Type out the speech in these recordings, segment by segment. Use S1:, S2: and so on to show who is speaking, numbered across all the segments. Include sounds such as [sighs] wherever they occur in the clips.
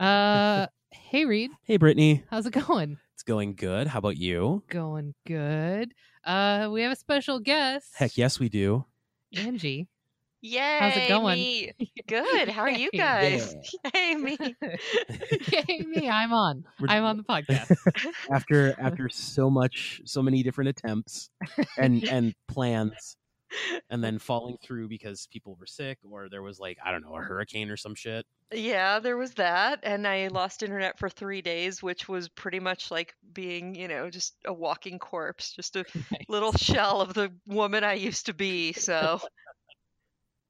S1: Uh, Hey, Reed.
S2: Hey, Brittany.
S1: How's it going?
S2: It's going good. How about you?
S1: Going good. Uh, we have a special guest.
S2: Heck yes, we do.
S1: Angie.
S3: Yay.
S1: going? [laughs]
S3: me. Good. How are you
S1: Yay.
S3: guys? [laughs]
S1: [laughs]
S3: Hey, [laughs] me.
S1: Yay, me. I'm on.
S2: We're-
S1: I'm on the podcast.
S2: [laughs] after after so much, so many different attempts
S1: [laughs]
S2: and and plans, and then falling through because people were sick or there was like I don't know a hurricane or some shit.
S3: Yeah, there was that. And I lost internet for three days, which was pretty much like being, you know, just a walking corpse, just a little shell of the woman I used to be. So,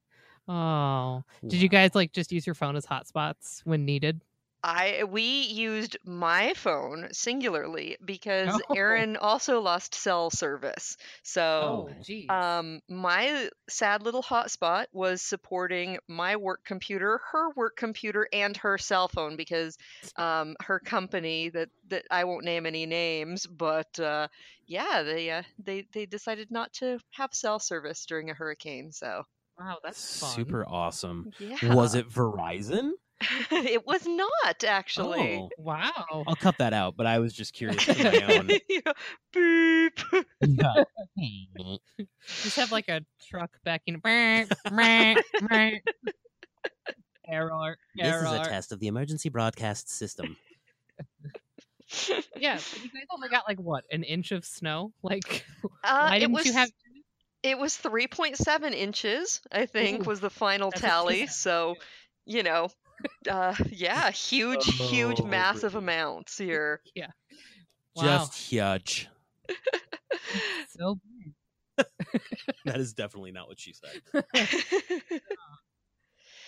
S1: [laughs] Oh, did you guys like just use your phone as hotspots when needed?
S3: I we used my phone singularly because
S1: Oh.
S3: Aaron also lost cell service. So,
S2: Oh.
S1: geez.
S3: um my sad little hotspot was supporting my work computer, her work computer and her cell phone because um her company that that I won't name any names, but uh yeah, they uh, they they decided not to have cell service during a hurricane, so
S1: wow, that's fun.
S2: super awesome.
S3: yeah.
S2: Was it Verizon?
S3: [laughs] it was not actually. [laughs]
S2: Oh,
S1: Wow.
S2: [laughs] I'll cut that out. But I was just curious for
S1: [laughs]
S2: my [laughs] own.
S3: Yeah, Beep.
S2: Yeah.
S1: Just have like a truck backing. [laughs] Error. Error.
S2: test of the emergency broadcast system.
S1: Yeah, but you guys only got like what an inch of snow. Like,
S3: [laughs] Uh,
S1: why
S3: it
S1: didn't
S3: was
S1: you have?
S3: it was 3.7 inches, I think
S1: Ooh,
S3: was the final
S1: that's what she
S3: tally,
S1: said.
S3: so you know, uh yeah, huge huge
S2: Oh,
S3: massive
S2: Brittany.
S3: amounts here. [laughs]
S1: Wow,
S2: Just huge.
S1: so
S2: [laughs] That is definitely not what she said.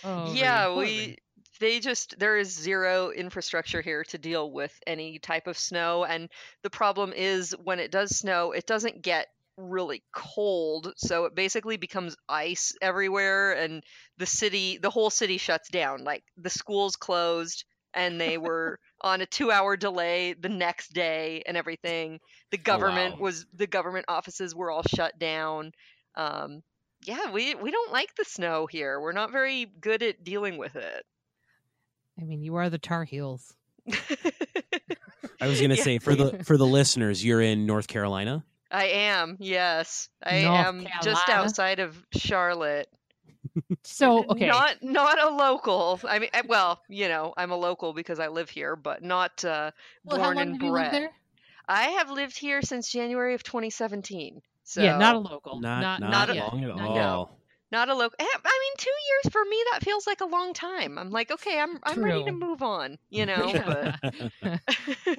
S1: oh,
S3: yeah,
S1: Reed, poor
S3: we
S1: Reed.
S3: they just there is zero infrastructure here to deal with any type of snow and the problem is when it does snow, it doesn't get really cold, so it basically becomes ice everywhere and the city, the whole city shuts down. Like the schools closed and
S1: [laughs]
S3: they were on a 2-hour delay the next day and everything.
S1: Oh,
S3: The government
S2: wow.
S3: was the government offices were all shut down. Um yeah, we we don't like the snow here. We're not very good at dealing with it. [laughs]
S1: I mean, you are the Tar Heels.
S2: I was gonna
S3: [laughs] Yeah.
S2: say for the for the listeners, you're in North Carolina.
S3: I am, yes. I
S1: North
S3: am just
S1: Carolina.
S3: outside of Charlotte.
S1: So okay,
S3: Not not a local. I mean I- well, you know, I'm a local because I live here, but not uh
S1: Well, how
S3: born
S1: long
S3: and
S1: have you lived
S3: bred.
S1: there?
S3: I have lived here since January of 2017. So
S1: yeah, not a local.
S2: Not not,
S3: not yet.
S2: long at
S1: Not
S2: all.
S1: yet.
S3: not a local. I mean, 2 years for me that feels like a long time. I'm like, okay, I'm I'm ready to
S1: True.
S3: move on,
S1: [laughs]
S3: you know, but [laughs]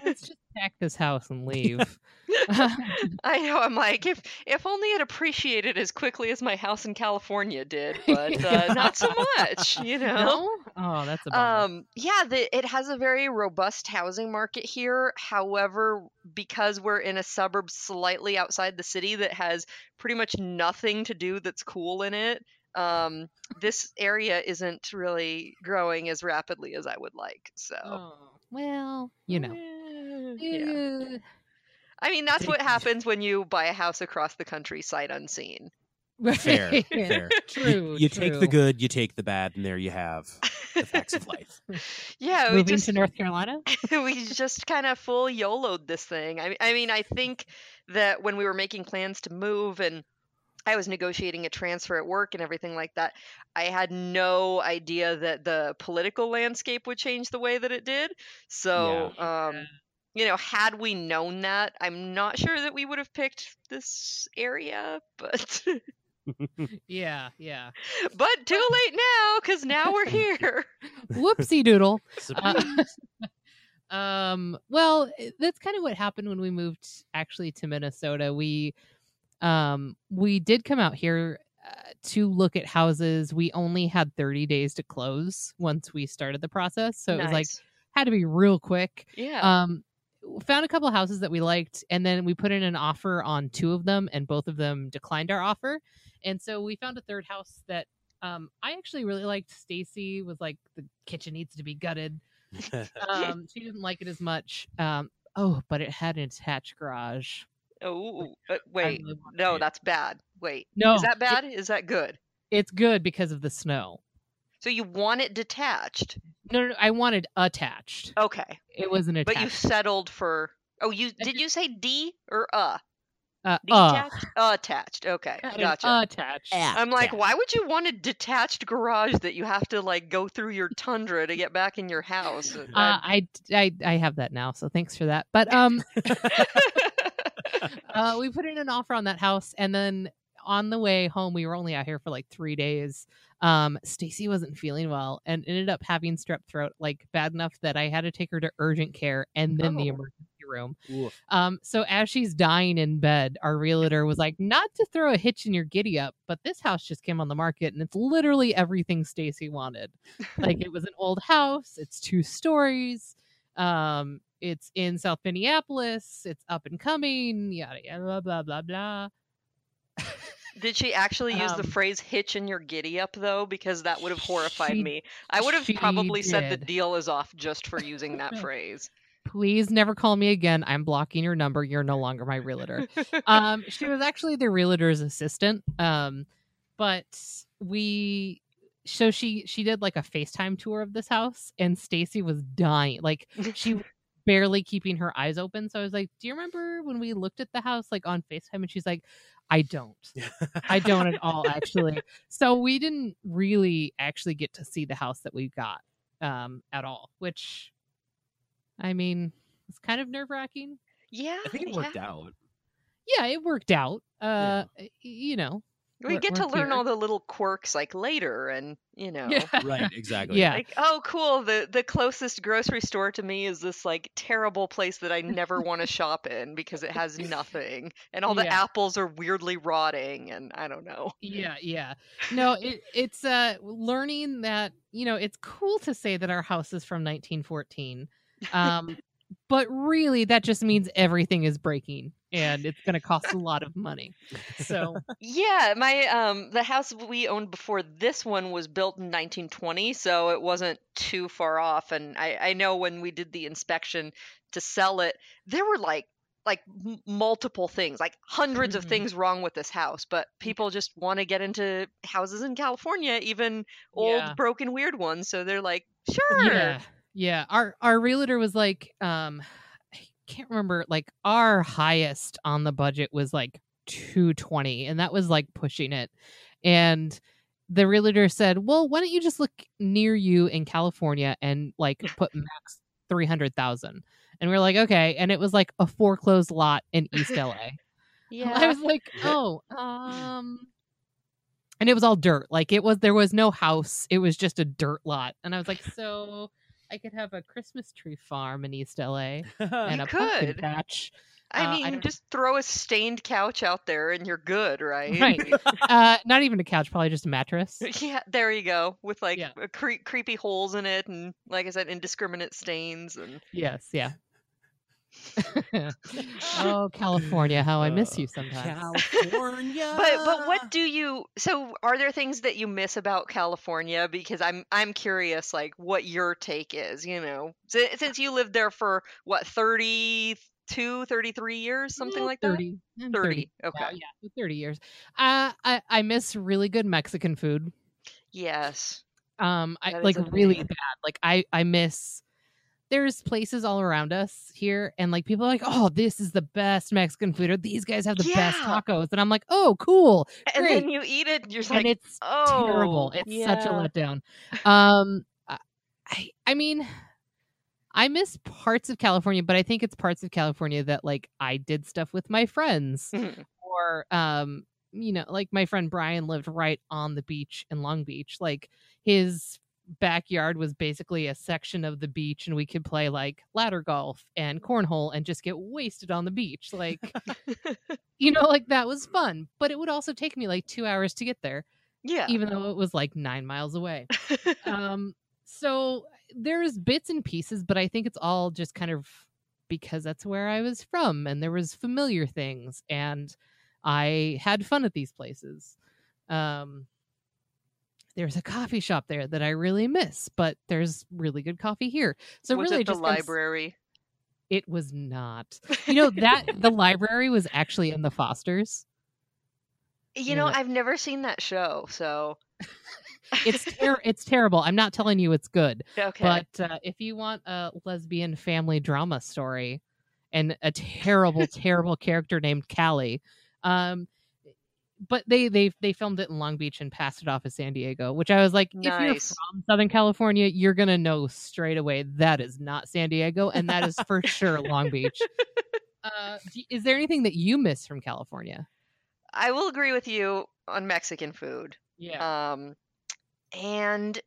S1: Let's just pack this house and leave. [laughs]
S3: I know. I'm like, if if only it appreciated as quickly as my house in
S1: [laughs]
S3: California did, but uh, not so much, you know.
S1: no? Oh, that's a bummer.
S3: Um, yeah, the, it has a very robust housing market here. However, because we're in a suburb slightly outside the city that has pretty much nothing to do that's cool in it, um, this area isn't really growing as rapidly as I would like. So,
S1: Oh, well, you know.
S3: yeah.
S1: [laughs] Eh,
S3: I mean, that's what
S2: Did-
S3: happens when you buy a house across the country sight unseen.
S2: [laughs]
S3: [laughs]
S2: Fair,
S1: Yeah.
S2: fair.
S1: True.
S2: you take the
S1: true.
S2: good, you take the bad, and there you have the facts
S1: [laughs]
S2: of life.
S1: Uh,
S3: Yeah, we
S1: Moving
S3: just
S1: to North
S3: [laughs]
S1: Carolina.
S3: we just kind of full YOLO'd this thing. I mean, I mean, I think that when we were making plans to move and I was negotiating a transfer at work and everything like that, I had no idea that the political landscape would change the way that it did. So, um, you know, had we known that, I'm not sure that we would have picked this area, but [laughs]
S1: Yeah, yeah.
S3: but too late now cuz now [laughs] we're here.
S1: Whoopsie doodle.
S2: [laughs] Surprise.
S1: Uh, [laughs] um well i- that's kind of what happened when we moved actually to minnesota we um we did come out here uh, to look at houses we only had 30 days to close once we started the process so it was like
S3: Nice.
S1: had to be real quick
S3: yeah.
S1: um w- found a couple houses that we liked and then we put in an offer on two of them and both of them declined our offer and so we found a third house that um i actually really liked stacy was like the kitchen needs to be
S3: [laughs]
S1: gutted um she didn't like it as much um oh but it had an attached garage
S3: oh, uh,
S1: I
S3: wait.
S1: really wanted
S3: No,
S1: it.
S3: that's bad. Wait.
S1: no
S3: Is that
S1: it-
S3: bad? Is that good?
S1: it's good because of the snow
S3: So you want it detached.
S1: No, no, no, I wanted attached.
S3: Okay.
S1: It wasn't
S3: But
S1: attached.
S3: you settled for Oh, you did you say D or uh?
S1: uh, uh,
S3: Detached? Uh, attached. Okay.
S1: not an
S3: Gotcha.
S1: Attached.
S3: I'm like, why would you want a detached garage that you have to like go through your tundra to get back in
S2: [laughs]
S3: your house? Uh,
S1: Uh, I, I I have that now, so thanks for that. But um, uh, we put in an offer on that house, and then on the way home, we were only out here for like three days. Um, Stacy wasn't feeling well and ended up having strep throat, like bad enough that I had to take her to urgent care and then the
S3: Oh.
S1: emergency room.
S2: Oof.
S1: Um, so as she's dying in bed, our realtor was like, "Not to throw a hitch in your giddy up, but this house just came on the market, and it's literally everything Stacy wanted. Like it was an old house, it's two stories, um, it's in South Minneapolis, it's up and coming, yada yada blah blah blah blah."
S3: [laughs] Did she actually use the
S1: Um,
S3: phrase hitch in your giddy up though? Because that would have horrified
S1: she-
S3: me. I would have
S1: she
S3: probably said the
S1: did.
S3: deal is off just for using
S1: [laughs]
S3: that phrase.
S1: Please never call me again. I'm blocking your number. You're no longer my realtor. um she was actually the realtor's assistant um but we so she she did like a facetime tour of this house and stacy was dying like she was barely keeping her eyes open so i was like do you remember when we looked at the house like on facetime and she's like i don't i don't at all actually so we didn't really actually get to see the house that we got um at all which i mean it's kind of nerve wracking
S3: yeah.
S2: I think it
S3: yeah.
S2: worked out.
S1: yeah, it worked out. Uh, y- you know, [laughs]
S3: We
S1: We're-
S3: get to
S1: we're
S3: learn
S1: here.
S3: all the little quirks like later and you know.
S2: Right, exactly. [laughs]
S1: Yeah.
S3: Like, oh cool, the the closest grocery store to me is this like terrible place that I never want to shop in because it has nothing and all the
S1: Yeah.
S3: apples are weirdly rotting and I don't know.
S1: yeah, yeah. No, it, it's uh learning that you know it's cool to say that our house is from 1914, um, but really that just means everything is breaking and it's going to cost a lot of money. So
S3: Yeah, my um the house we owned before this one was built in 1920, so it wasn't too far off and I I know when we did the inspection to sell it, there were like like m- multiple things, like 100s of
S1: Mhm.
S3: things wrong with this house, but
S1: Mm.
S3: people just want to get into houses in California, even old
S1: Yeah.
S3: broken weird ones, so they're like, sure.
S1: Yeah. [laughs] Yeah. Our our realtor was like, um, I can't remember, like our highest on the budget was like 220, and that was like pushing it. And the realtor said, Well, why don't you just look near you in California and like put max three hundred thousand? And we are like, okay. And it was like a foreclosed lot in East LA.
S3: Yeah.
S1: [laughs] I was like, oh, um, and it was all dirt. Like it was, there was no house. It was just a dirt lot. And I was like, so I could have a Christmas tree farm in East LA and
S3: Oh, You
S1: a pumpkin
S3: could.
S1: patch.
S3: I
S1: uh, I
S3: mean,
S1: don't-
S3: just throw a stained couch out there and you're good, right?
S1: Right.
S3: [laughs]
S1: Uh, not even a couch, probably just a mattress.
S3: Yeah, there you go. With like
S1: Yeah.
S3: a cre- creepy holes in it, and like I said, indiscriminate stains. And
S1: Yes,
S3: [laughs]
S1: yeah. oh, California, how I miss
S2: Uh,
S1: you sometimes.
S2: California.
S3: [laughs] but but
S2: Ah.
S3: what do you? So are there things that you miss about California? Because I'm I'm curious, like what your take is. You know, Si- since you lived there for what 32, 33 years, something
S1: Yeah,
S3: like that.
S1: 30, Yeah, 30.
S3: Thirty.
S1: Yeah,
S3: Okay.
S1: yeah, 30 years. Uh, I, I miss really good Mexican food.
S3: Yes.
S1: um i
S3: That is
S1: like
S3: a
S1: really
S3: thing.
S1: bad like i i miss there's places all around us here and like people are like oh this is the best mexican food or these guys have the best
S3: Yeah.
S1: tacos and i'm like oh cool
S3: And then
S1: Great.
S3: you eat it, and you're just
S1: and
S3: like,
S1: it's
S3: oh,
S1: terrible it's such a
S3: yeah."
S1: letdown um I- i i mean i miss parts of california but i think it's parts of california that like i did stuff with my friends
S3: Mhm.
S1: or um you know like my friend brian lived right on the beach in long beach like his backyard was basically a section of the beach and we could play like ladder golf and cornhole and just get wasted on the beach like you know like that was fun but it would also take me like two hours to get there
S3: Yeah. [laughs]
S1: even though it was like nine miles away um so there's bits and pieces but i think it's all just kind of because that's where i was from and there was familiar things and i had fun at these places um there's a coffee shop there that i really miss but there's really good coffee here so
S3: was
S1: really
S3: it the
S1: just comes-
S3: library? [laughs]
S1: it was not you know that the library was actually in the fosters
S3: You know,
S1: Yeah.
S3: I've never seen that show, so [laughs]
S1: It's ter- it's terrible. I'm not telling you it's good,
S3: Okay.
S1: but uh, if you want a lesbian family drama story and a
S3: [laughs]
S1: terrible, terrible character named Callie, um, but they they they filmed it in Long Beach and passed it off as San Diego, which I was like, if you're
S3: nice.
S1: from Southern California, you're gonna know straight away that is not San Diego, and that is for sure Long
S3: [laughs]
S1: Beach. Uh, do- is there anything that you miss from California?
S3: I will agree with you on Mexican food.
S1: Yeah,
S3: Um, and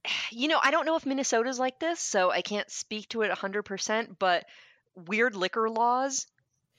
S3: [sighs] you know, I don't know if Minnesota's like this, so I can't speak to it 100%, but weird liquor laws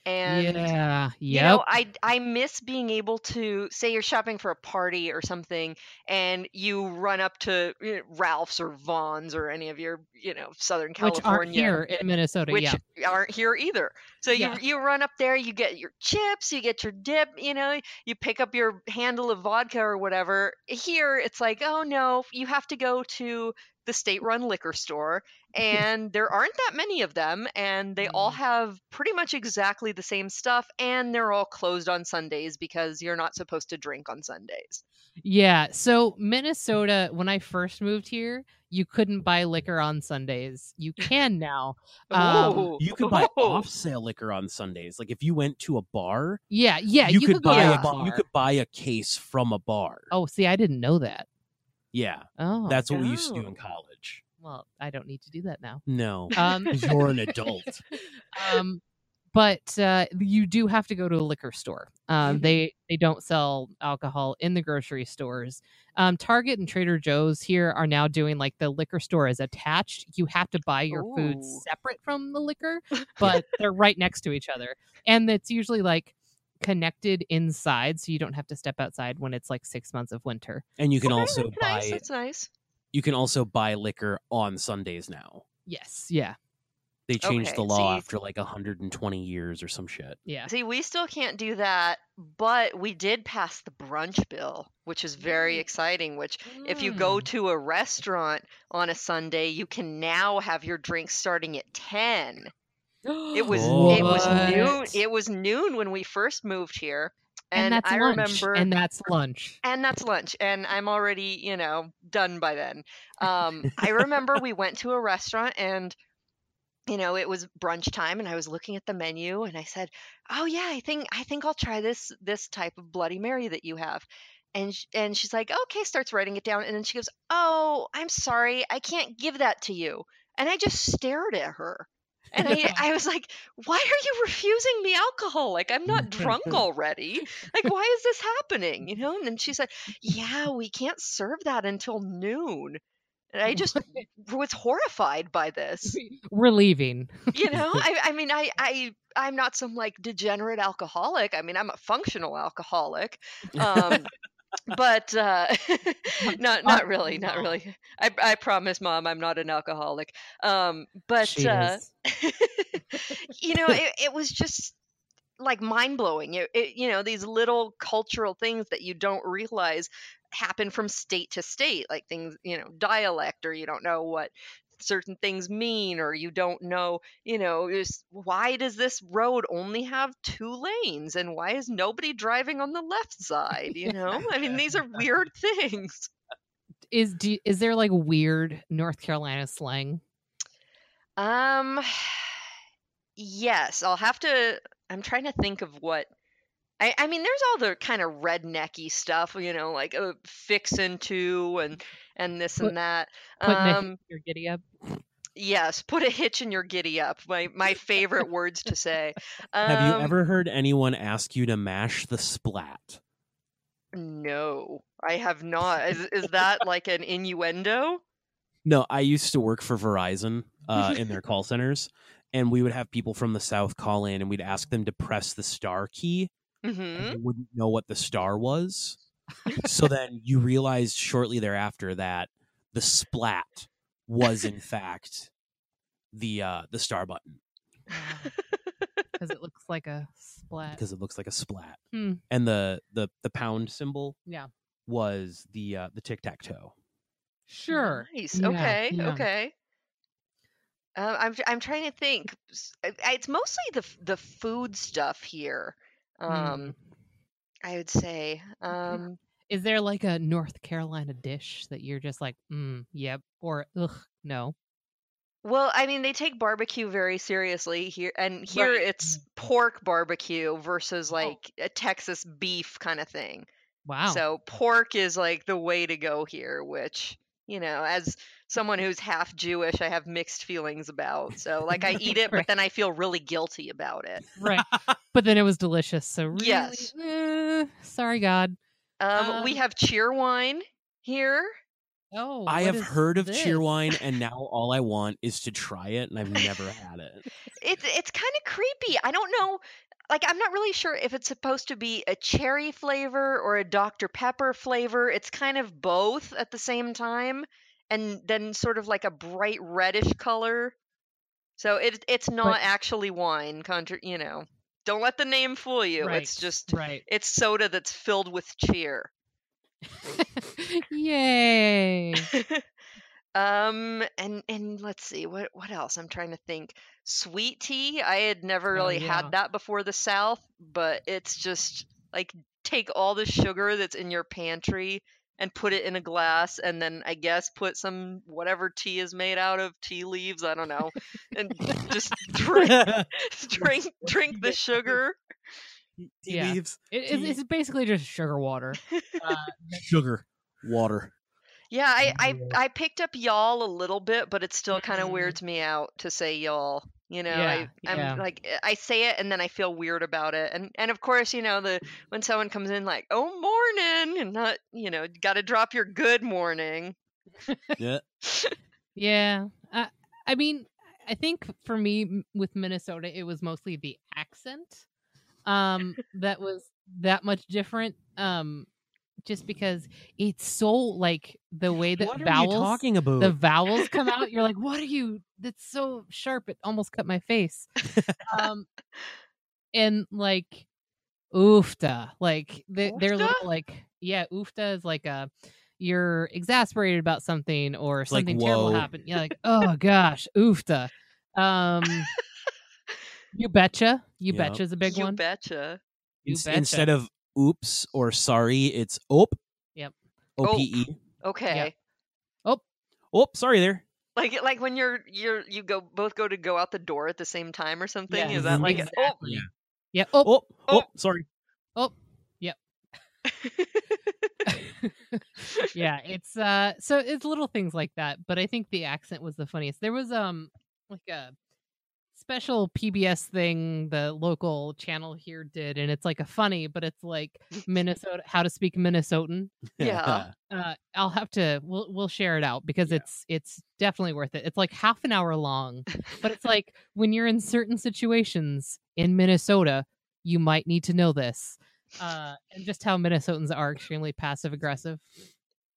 S3: and
S1: yeah, yep.
S3: You know, I I miss being able to say you're shopping for a party or something, and you run up to you know, Ralph's or Vaughn's or any of your you know Southern
S1: which aren't
S3: California
S1: here in
S2: uh,
S1: Minnesota.
S3: which
S1: yeah,
S3: aren't here either. So you
S1: Yeah.
S3: you run up there, you get your chips, you get your dip, you know, you pick up your handle of vodka or whatever. Here it's like, oh no, you have to go to the state-run
S2: [laughs]
S3: liquor store and there aren't that many of them and they all
S1: Mm.
S3: have pretty much exactly the same stuff and they're all closed on Sundays because you're not supposed to drink on Sundays.
S1: yeah. So Minnesota, when I first moved here, you couldn't buy liquor on Sundays.
S2: [laughs]
S1: You can now. Um,
S3: Ooh.
S2: You could buy
S3: Ooh.
S2: off sale liquor on Sundays. Like if you went to a bar,
S1: Yeah, yeah.
S2: you, could,
S1: go
S2: buy
S1: to
S3: a
S2: a,
S1: bar.
S2: you could buy a case from a bar.
S1: Oh, see, I didn't know that.
S2: Yeah.
S1: Oh,
S2: That's what we used to do in
S3: Oh.
S2: college.
S1: well, I don't need to do that now. [laughs]
S2: No.
S1: Um,
S2: You're an [laughs] adult.
S1: um, but uh, you do have to go to a liquor store. Um,
S3: Mhm.
S1: They they don't sell alcohol in the grocery stores. Um, Target and Trader Joe's here are now doing like the liquor store is attached. You have to buy your food
S3: Ooh.
S1: separate from the liquor, but they're right next to each other, and it's usually like connected inside, so you don't have to step outside when it's like six months of winter.
S2: And you can
S3: Okay,
S2: also
S3: that's [laughs] nice,
S2: buy
S3: that's nice.
S2: you can also buy liquor on Sundays now.
S1: Yes, yeah,
S2: They changed the
S3: Okay, so
S2: law
S3: you-
S2: after like 120 years or some shit.
S1: yeah.
S3: See, we still can't do that, but we did pass the brunch bill, which is very
S1: Mm.
S3: exciting. Which, if you go to a restaurant on a Sunday, you can now have your drinks starting at 10.
S1: [gasps]
S3: It was it was noon.
S1: What?
S3: It was noon when we first moved here,
S1: and,
S3: and,
S1: that's
S3: I
S1: lunch,
S3: remember
S1: and that's lunch.
S3: and that's lunch and i'm already you know done by then um i remember we went to a restaurant and you know it was brunch time and i was looking at the menu and i said oh yeah i think i think i'll try this this type of bloody mary that you have and sh- and she's like okay starts writing it down and then she goes oh i'm sorry i can't give that to you and i just stared at her and I, I was like, why are you refusing me alcohol? Like, I'm not drunk already like why is this happening you know and then she said yeah we can't serve that until noon and i just was horrified by this
S1: We're leaving.
S3: you know I, I mean i i i'm not some like degenerate alcoholic i mean i'm a functional alcoholic um but uh [laughs] not not really not really i i promise mom i'm not an alcoholic um but
S1: She
S3: uh
S1: is.
S3: [laughs] you know, it, it was just like mind blowing. It, it, you know, these little cultural things that you don't realize happen from state to state, like things, you know, dialect, or you don't know what certain things mean, or you don't know, you know, is why does this road only have two lanes, and why is nobody driving on the left side? You know, I mean, these are weird things.
S1: is do you- is there like weird North Carolina slang?
S3: Um, [sighs] yes, I'll have to. I'm trying to think of what. I, I mean, there's all the kind of rednecky stuff, you know, like uh, fixin' to and and this
S1: Put-
S3: and that.
S1: Putting a hitch
S3: Um,
S1: in your giddy up.
S3: yes, put a hitch in your giddy up. My my favorite words to say. Um,
S2: [laughs] Have you ever heard anyone ask you to mash the splat?
S3: Um, No, I have not. Is is that like an innuendo?
S2: No, I used to work for Verizon uh, in
S3: [laughs]
S2: their call centers, and we would have people from the South call in, and we'd ask them to press the star key,
S3: hmm
S1: Mm-hmm.
S2: and
S3: [laughs]
S2: they wouldn't know what the star was. so then you realized shortly thereafter that the splat
S1: [laughs]
S2: was in fact the uh, the star button
S1: Because it looks like a splat.
S2: because it looks like a splat,
S1: Uh, Hmm.
S2: and the the the pound symbol
S1: Yeah.
S2: was the uh, the tic tac toe.
S1: Sure.
S3: Nice.
S1: Yeah,
S3: okay.
S1: yeah.
S3: Okay. Um, I'm I'm trying to think. S- I- I- It's mostly the f- the
S1: Mm.
S3: food stuff here. Um, I would say. Um,
S1: Hmm. Is there like a North Carolina dish that you're just like, mm, yep, or ugh, no?
S3: Well, I mean, they take barbecue very seriously here, and here
S1: Right. Oh.
S3: it's pork barbecue versus like a Texas beef kind of thing.
S1: Wow.
S3: So pork is like the way to go here, which you know, as someone who's half Jewish, I have mixed feelings about. So like I eat
S1: [laughs]
S3: it,
S1: Right.
S3: but then I feel really guilty about it.
S2: [laughs]
S1: right. But then it was delicious. So really,
S3: Yes.
S1: eh, sorry, God.
S3: Um, we
S1: Um,
S3: have cheer wine here.
S1: Oh, what
S2: I have
S1: is
S2: heard of
S1: this?
S2: cheer wine,
S1: [laughs]
S2: and now all I want is to try it, and I've never
S1: [laughs]
S2: had it.
S3: It's it's kind of creepy. I don't know. Like I'm not really sure if it's supposed to be a cherry flavor or a Dr Pepper flavor. It's kind of both at the same time, and then sort of like a bright reddish color. So it it's not actually wine. Contra- you know, don't let the name fool you. It's
S1: Right,
S3: just [laughs]
S1: right. [laughs]
S3: it's soda that's filled with cheer.
S1: Yay!
S3: [laughs] um and and let's see what what else i'm trying to think sweet tea i had never
S1: Oh,
S3: really
S1: yeah.
S3: had that before the south but it's just like take all the sugar that's in your pantry and put it in a glass and then i guess put some whatever tea is made out of tea leaves i don't know
S1: [laughs]
S3: and just drink [laughs]
S2: [laughs]
S3: drink drink
S1: [laughs]
S3: the sugar
S1: Yeah.
S2: leaves,
S1: It, it's,
S2: Tea.
S1: it's basically just sugar
S3: [laughs]
S1: water. Uh,
S2: sugar,
S1: [laughs]
S2: water.
S3: yeah i i,
S1: Yeah.
S3: I picked up y'all a little bit but it still kind of
S1: Mm.
S3: weirds me out to say y'all you know I,
S1: Yeah,
S3: i'm
S1: yeah.
S3: like i say it and then i feel weird about it and and of course you know the when someone comes in like oh morning and not you know gotta drop your good morning
S2: Yeah.
S1: Yeah. I, I mean, I think for me m- with Minnesota, it was mostly the accent um,
S2: [laughs]
S1: that was that much different. Um, just because it's so like the way that
S2: What are you
S1: vowels
S2: talking about?
S1: the vowels come out, you're like, what are you? That's so sharp. It almost cut my face. um, and like, oofta, like they, they're
S3: Oofta?
S1: little, like, yeah, oofta is like a, you're exasperated about something or
S2: like,
S1: something terrible
S2: whoa.
S1: happened. Yeah, like, oh gosh, oofta. Um, you betcha. You
S2: Yeah.
S1: betcha is a big
S3: you
S1: one.
S3: betcha
S1: you
S2: Ins-
S1: betcha.
S2: Instead of oops or sorry, it's op.
S1: Yep.
S2: O P E.
S3: okay
S2: Oh, sorry there.
S3: like like when you're you're you go both go to go out the door at the same time or something
S1: Yeah,
S3: is that like a- oh
S1: exactly.
S2: Yeah.
S1: yeah. Oh,
S2: Oh, oh,
S3: Oh.
S2: sorry. [laughs]
S1: [laughs] yeah it's uh so it's little things like that but i think the accent was the funniest there was um like a special pbs thing the local channel here did and it's like a funny but it's like minnesota how to speak minnesotan
S3: [laughs]
S1: [laughs]
S3: Yeah.
S1: uh i'll have to we'll we'll share it out because
S2: Yeah.
S1: it's it's definitely worth it it's like half an hour long but
S2: [laughs]
S1: it's like when you're in certain situations in minnesota you might need to know this uh and just how minnesotans are extremely passive aggressive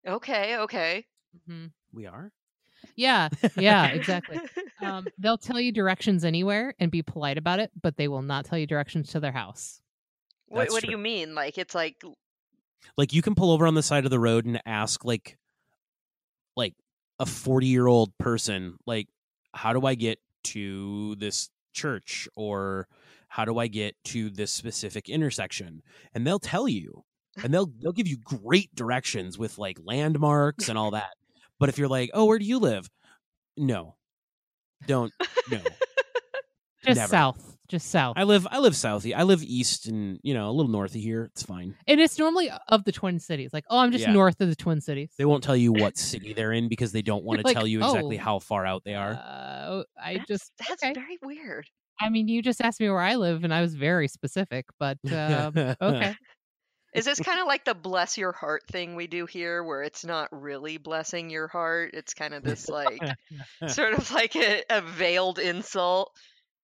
S3: okay okay
S1: hmm
S2: we are.
S1: yeah, yeah,
S3: [laughs]
S1: exactly.
S2: [laughs]
S1: Um, they'll tell you directions anywhere and be polite about it, but they will not tell you directions to their house.
S3: what,
S2: That's
S3: what do
S2: true.
S3: you mean like it's like
S2: Like you can pull over on the side of the road and ask like like a 40-year-old person like how do I get to this church or how do I get to this specific intersection? And they'll tell you. And they'll they'll give you great directions with like landmarks and all that. But if you're like, "Oh, where do you live?" No. Don't no.
S1: Just
S2: Never.
S1: south, just south.
S2: I live I live south. I live east and, you know, a little north of here. It's fine.
S1: and it's normally of the Twin Cities. Like, oh, I'm just
S2: Yeah.
S1: north of the Twin Cities.
S2: They won't tell you what city they're in because they don't want
S1: [laughs]
S2: to
S1: Like,
S2: tell you exactly
S1: oh,
S2: how far out they are.
S1: Uh, I
S3: That's-
S1: just,
S3: that's
S1: okay.
S3: very weird
S1: I mean, you just asked me where I live, and I was very specific. But
S3: [laughs]
S1: um,
S2: [laughs]
S1: okay, [laughs]
S3: Is this kind of like the bless your heart thing we do here, where it's not really blessing your heart? It's kind of this like sort of like a, a veiled insult. [laughs]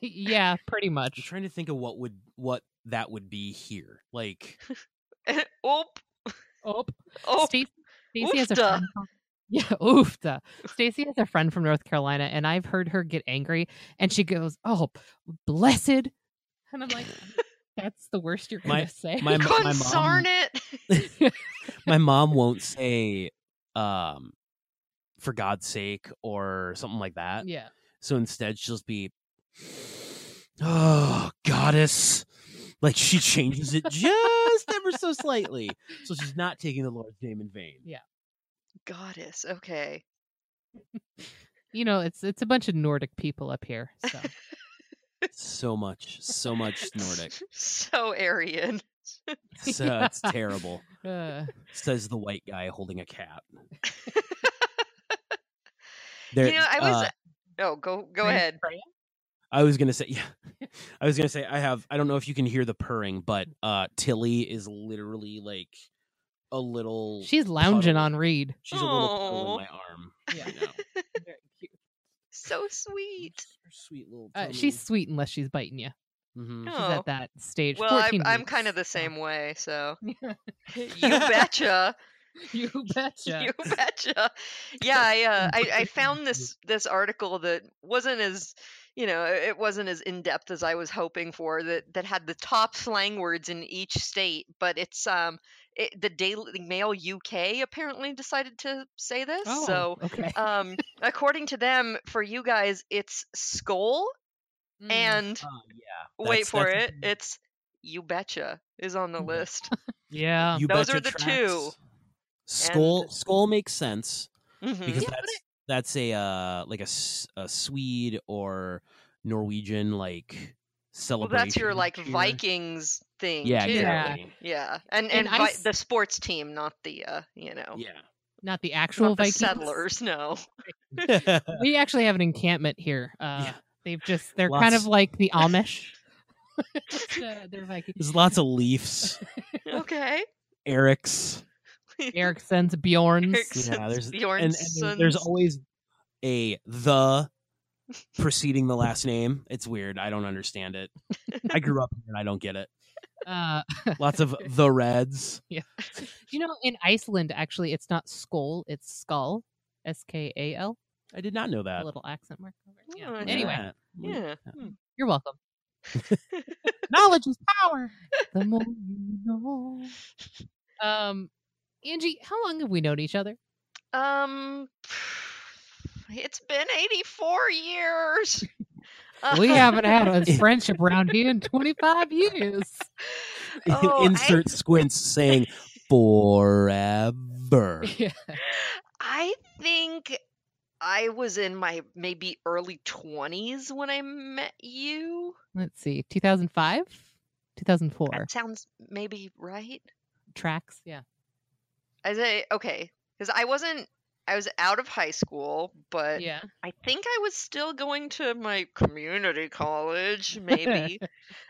S1: yeah, pretty
S2: I'm
S1: much.
S2: trying to think of what would what that would be here.
S1: [laughs]
S2: Like
S3: oop,
S1: Oh,
S3: oop.
S1: Stacy, Stacy has a
S3: oofta.
S1: friend from, [laughs] yeah, oofta. Stacy has a friend from North Carolina, and I've heard her get angry, and she goes, "Oh, blessed," and I'm like, "That's the worst you're gonna
S2: My-
S1: say."
S2: my m- my
S3: Consarn
S2: mom [laughs]
S3: it. [laughs]
S2: my mom won't say um for God's sake or something like
S1: [laughs]
S2: that.
S1: yeah,
S2: So instead she'll just be Oh goddess. Like she changes it just just ever so slightly. So she's not taking the Lord's name in vain.
S1: [laughs]
S3: Goddess. Okay.
S1: You know, it's it's a bunch of Nordic people up here. So
S2: So much, so much Nordic.
S3: [laughs] so Aryan.
S2: So
S1: Yeah.
S2: it's terrible.
S1: uh,
S2: Says the white guy holding a cat.
S3: [laughs]
S2: There,
S3: you know, I was.
S2: uh,
S3: oh, go go
S1: Fran-
S3: ahead.
S1: Fran?
S2: I was gonna say, [laughs] yeah, I was gonna say, I have. I don't know if you can hear the purring, but uh Tilly is literally like a little.
S1: She's lounging
S2: Puddle.
S1: on Reed.
S2: she's a little puddle
S3: Aw.
S2: in my
S3: [laughs]
S2: arm.
S1: Yeah.
S2: right now.
S3: So sweet.
S2: Her sweet little.
S1: Uh, she's sweet unless she's biting you.
S2: hmm
S1: She's
S3: Oh.
S1: at that stage.
S3: Well, I'm,
S1: 14
S3: I'm
S1: weeks,
S3: kind of the
S1: so- [laughs]
S3: same way.
S2: [laughs]
S3: So [laughs] you betcha.
S1: you
S3: [laughs]
S1: betcha.
S3: You betcha.
S2: [laughs]
S3: Yeah, I, uh, I I found this this article that wasn't as you know it wasn't as in depth as I was hoping for. That that had the top slang words in each state, but it's um it, the Daily Mail UK apparently decided to say this.
S1: Oh,
S2: [laughs]
S3: So
S1: okay.
S3: um according to them, for you guys, it's skull
S1: Mm.
S3: and
S2: Uh, yeah.
S3: wait
S2: that's-
S3: for
S2: that's- Mm.
S3: it, it's you betcha is on the
S2: Yeah.
S3: list. [laughs]
S1: yeah.
S2: You
S3: Um, Those
S2: betcha
S3: are the
S2: tracks.
S3: two.
S2: Skull
S3: And-
S2: skull makes sense
S3: Mhm.
S2: because
S1: Yeah, but
S2: that's that's a uh, like a, s- a Swede or Norwegian like
S3: Well,
S2: celebration.
S3: that's your like
S2: cheer.
S3: Vikings thing.
S2: Yeah,
S3: too.
S2: exactly.
S3: Yeah, and
S1: And
S3: and,
S1: I
S3: vi-
S1: s-
S3: the sports team, not the uh, you know,
S2: Yeah.
S1: Not the
S3: not
S1: actual
S3: the
S1: Vikings. [laughs]
S3: settlers. No, [laughs]
S2: [laughs]
S1: We actually have an encampment here. Uh,
S2: Yeah.
S1: They've just they're kind
S2: Lots.
S1: of like the Amish. [laughs] Just, uh, they're Vikings.
S2: [laughs] There's lots of Leafs,
S3: okay. [laughs]
S2: Eric's,
S1: Ericsons, Bjorns.
S3: Ericssons,
S2: Yeah, there's- and, and there-
S3: Bjornssons.
S2: there's always a the preceding the last name. It's weird. I don't understand it.
S3: [laughs]
S2: I grew up here and I don't get it.
S1: Uh,
S2: Lots of the Reds.
S1: you know, in Iceland, actually, it's not skull, it's skull, S K A L.
S2: I did not know that.
S1: A little accent mark. Over. it.
S3: Oh,
S1: Yeah.
S3: I didn't
S1: Anyway,
S2: Yeah.
S3: yeah. Hmm.
S1: you're welcome. [laughs] Knowledge is power. The more you know. [laughs] Um, Angie, how long have we known each other?
S3: Um, it's been 84 years.
S1: [laughs]
S3: [laughs]
S1: We
S3: Um,
S1: [laughs] haven't had a friendship round here in 25 years.
S3: [laughs]
S2: [laughs]
S3: Oh, I-
S2: Insert squints saying forever.
S1: [laughs] Yeah.
S3: I think I was in my maybe early 20s when I met you.
S1: Let's see, 2005, 2004
S3: That sounds maybe right.
S1: tracks. Yeah.
S3: I say okay, because I wasn't. I was out of high school, but
S1: Yeah.
S3: I think I was still going to my community
S1: [laughs]
S3: college, maybe.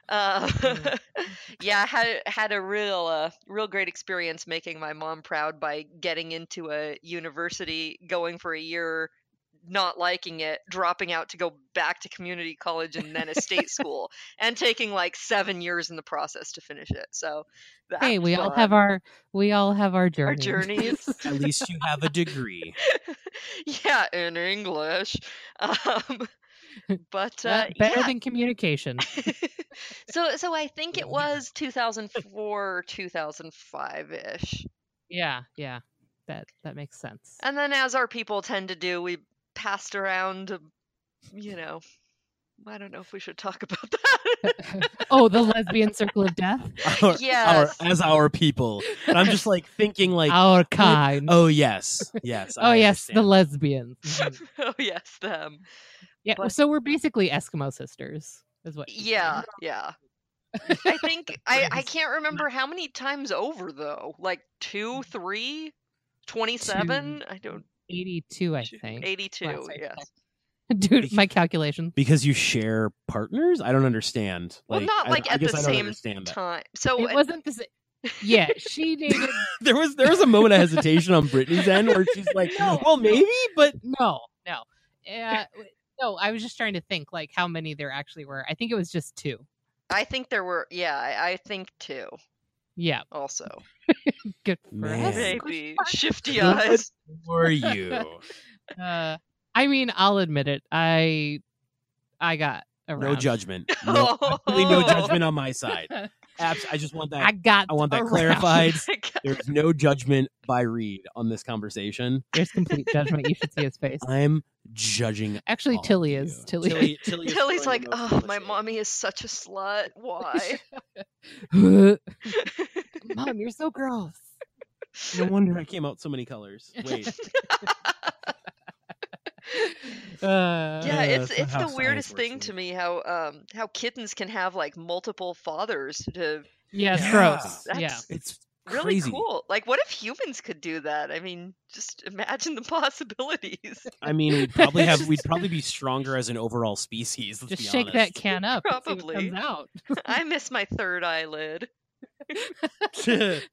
S3: uh,
S1: Mm.
S3: [laughs] yeah, I had had a real, uh, real great experience making my mom proud by getting into a university, going for a year, not liking it, dropping out to go back to community college and then a
S1: [laughs]
S3: state school, and taking like seven years in the process to finish it. So, that
S1: Hey,
S3: was
S1: we all
S3: fun.
S1: have our we all have our journeys. [laughs]
S3: journeys.
S2: At least you have a degree.
S3: [laughs]
S2: [laughs]
S3: yeah in English, [laughs]
S1: [laughs]
S3: um, but uh,
S1: Well, better
S3: yeah.
S1: than communication.
S3: [laughs] so so I think it was 2004 2005 ish.
S1: Yeah, yeah. That that makes
S3: [laughs]
S1: sense.
S3: And then as our people tend to do, we passed around um, you know I don't know if we should talk [laughs] about
S1: [laughs]
S3: that.
S1: oh, the lesbian circle of death.
S2: Our-
S3: Yes.
S2: our, as our people. And I'm just like thinking like,
S1: Our kind.
S2: oh yes, yes.
S1: oh
S2: I
S1: yes, the
S2: understand.
S1: lesbians.
S2: [laughs]
S1: Mhm.
S3: oh yes, them.
S1: Yeah.
S3: But-
S1: So we're basically Eskimo sisters, is what. she's saying. [laughs]
S3: Yeah, yeah. I think I I
S1: Nice. [laughs]
S3: can't remember how many times over though. Like 2, 3, 27, I don't
S1: Eighty-two, I think.
S3: 82,
S1: Last I
S3: yes.
S1: checked. [laughs] Dude, my calculation.
S2: because you share partners. I don't understand.
S3: Well, not
S2: I-
S3: like
S2: I
S3: at
S2: guess
S3: the
S2: I don't
S3: same
S2: understand that.
S3: time. So
S1: It wasn't the same.
S3: [laughs]
S1: Yeah, she dated.
S2: There was there was a moment of hesitation on Brittany's end where
S3: [laughs]
S2: she's like,
S1: No.
S2: "Well, maybe, but
S1: No, no. Uh, w- no, I was just trying to think like how many there actually were. I think it was just two.
S3: I think there were, yeah, I, I think two
S1: Yeah,
S3: also.
S1: good for
S2: Man.
S1: us.
S2: Yes.
S3: Maybe shifty
S2: Good.
S3: eyes.
S2: for you,
S1: Uh, I mean, I'll admit it. I I got around.
S2: no judgment, [laughs] no, absolutely no
S3: [laughs] Oh.
S2: judgment on my side. Abs- I just want
S1: I
S2: that.
S1: got.
S2: I want
S1: [laughs]
S2: that
S1: around.
S2: clarified.
S3: [laughs] God.
S2: There's no judgment by Reed on this conversation.
S1: There's complete judgment. You should see his face.
S2: I'm judging.
S1: Actually,
S2: all of
S1: Tilly
S2: you.
S1: is Tilly. [laughs]
S2: Tilly is
S3: Tilly's
S2: throwing
S3: like,
S2: the most [laughs]
S3: oh, my
S2: publicity."
S1: [laughs]
S2: [laughs]
S3: mommy is such a slut. Why?
S1: Tilly. Mom, you're so gross.
S2: No
S3: [laughs]
S2: wonder I came out so
S1: [laughs]
S2: many colors. Wait,
S1: Uh,
S3: yeah,
S2: Uh, that's
S3: it's
S2: not
S3: it's
S2: how
S3: the
S2: science
S3: weirdest
S2: works,
S3: thing
S2: is
S3: to
S2: it?
S3: me how um how kittens can have like multiple fathers to
S1: yeah, it's
S2: Yeah.
S1: gross.
S3: [laughs] That's
S1: Yeah.
S2: [laughs] it's
S3: really
S2: crazy.
S3: cool. Like what if humans could do that? I mean, just imagine the [laughs] possibilities.
S2: I mean, [laughs] we'd probably have
S1: Just-
S2: we'd probably be stronger as an overall species. Let's
S1: Just
S2: be
S1: shake that
S2: honest. [laughs]
S1: can up. and see what
S3: Probably.
S1: comes out.
S3: I miss my third eyelid.
S2: [laughs]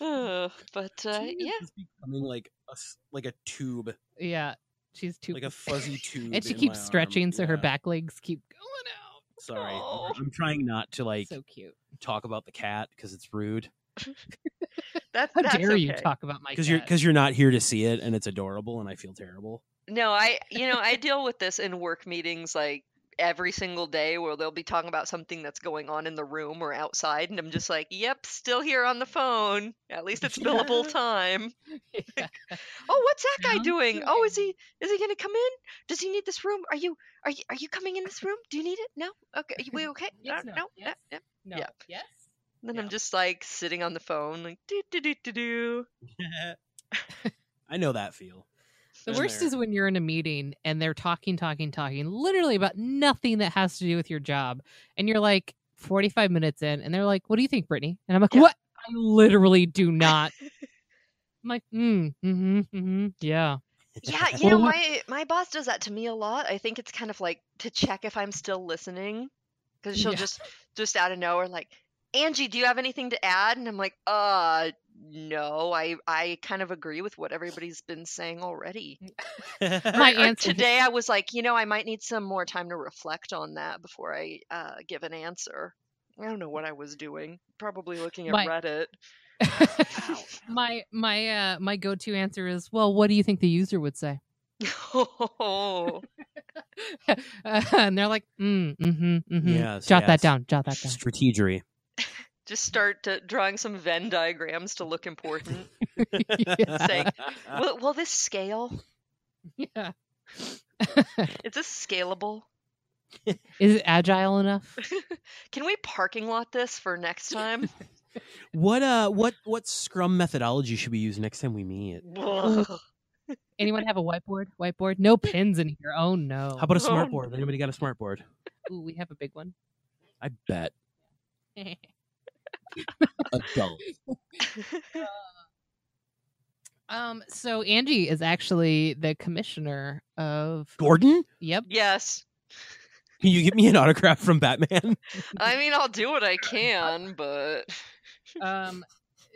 S3: Ugh, but uh,
S2: She is
S3: yeah,
S2: just becoming like a s- like a tube,
S1: Yeah. She's too [laughs]
S2: like a fuzzy tube.
S1: and she
S2: in
S1: keeps
S2: my arm.
S1: stretching so her
S2: Yeah.
S1: back legs keep going out.
S2: Sorry, I'm-
S3: Oh.
S2: I'm trying not to like
S1: so cute.
S2: talk about the cat because it's rude.
S3: that,
S1: How
S3: that's
S1: dare you
S3: okay.
S1: talk about my
S2: Because you're
S1: cat.
S2: because you're not here to see it, and it's adorable, and I feel terrible.
S3: No, I you know I deal with this in work meetings like every single day where they'll be talking about something that's going on in the room or outside, and I'm just like, yep, still here on the phone. At least it's billable
S1: [laughs]
S2: Yeah.
S3: time.
S1: [laughs] Yeah.
S3: Oh, what's that guy
S1: Sounds
S3: doing? Oh, is
S1: good.
S3: he is he gonna come in? Does he need this room? Are you are you are you coming in this room? Do you need it? No. Okay. You-
S1: [laughs]
S3: We okay?
S1: Yes,
S3: no.
S1: no,
S3: No. no,
S1: yes.
S3: no.
S1: No.
S3: Yeah.
S1: Yes.
S3: And then
S1: Yeah.
S3: I'm just like sitting on the phone, like do do do do do.
S2: [laughs] I know that feel.
S1: The
S2: Been
S1: worst
S2: there.
S1: is when you're in a meeting and they're talking, talking, talking, literally about nothing that has to do with your job. And you're like 45 minutes in, and they're like, What do you think, Brittany? And I'm like,
S3: Yeah.
S1: What? I literally do not. I'm like, mm, mm-hmm, mm-hmm, yeah. [laughs]
S3: Yeah, you know
S1: Well, what-
S3: my my boss does that to me a lot. I think it's kind of like to check if I'm still listening, because she'll
S1: Yeah.
S3: just just out of nowhere like, Angie, do you have anything to add? And I'm like, uh, no. I I kind of agree with what everybody's been saying already.
S2: [laughs]
S1: My
S3: Or- or
S1: answer [laughs] is-
S3: today I was like, you know, I might need some more time to reflect on that before I uh, give an answer. I don't know what I was doing. Probably looking at
S1: My-
S3: Reddit. [laughs]
S1: my my uh my go-to answer is, well, what do you think the user would say? [laughs]
S3: oh,
S1: and they're like, mm, mm-hmm, mm-hmm.
S2: Yes,
S1: jot
S2: yes.
S1: that down, jot
S3: [laughs]
S1: that down. [laughs]
S2: Strategery.
S3: just start uh drawing some Venn diagrams
S1: [laughs]
S3: to look important. Say, will, will this scale?
S1: Yeah.
S3: Is this scalable? [laughs]
S1: Is it agile enough?
S3: Can we parking lot this for next
S1: [laughs]
S3: time?
S2: what uh what what scrum methodology should we use next time we meet?
S3: Ugh. [laughs]
S1: Anyone have a whiteboard? Whiteboard? No pins in here. Oh no.
S2: How about a
S3: Oh,
S2: smart board? Anybody got a smart board?
S1: Ooh, we have a big one.
S2: I bet. Adult.
S1: um. So Angie is actually the commissioner of.
S2: [laughs] Gordon?
S1: Yep.
S3: yes.
S2: Can you give me an autograph from Batman?
S3: I mean, I'll do what I can, but
S1: Um,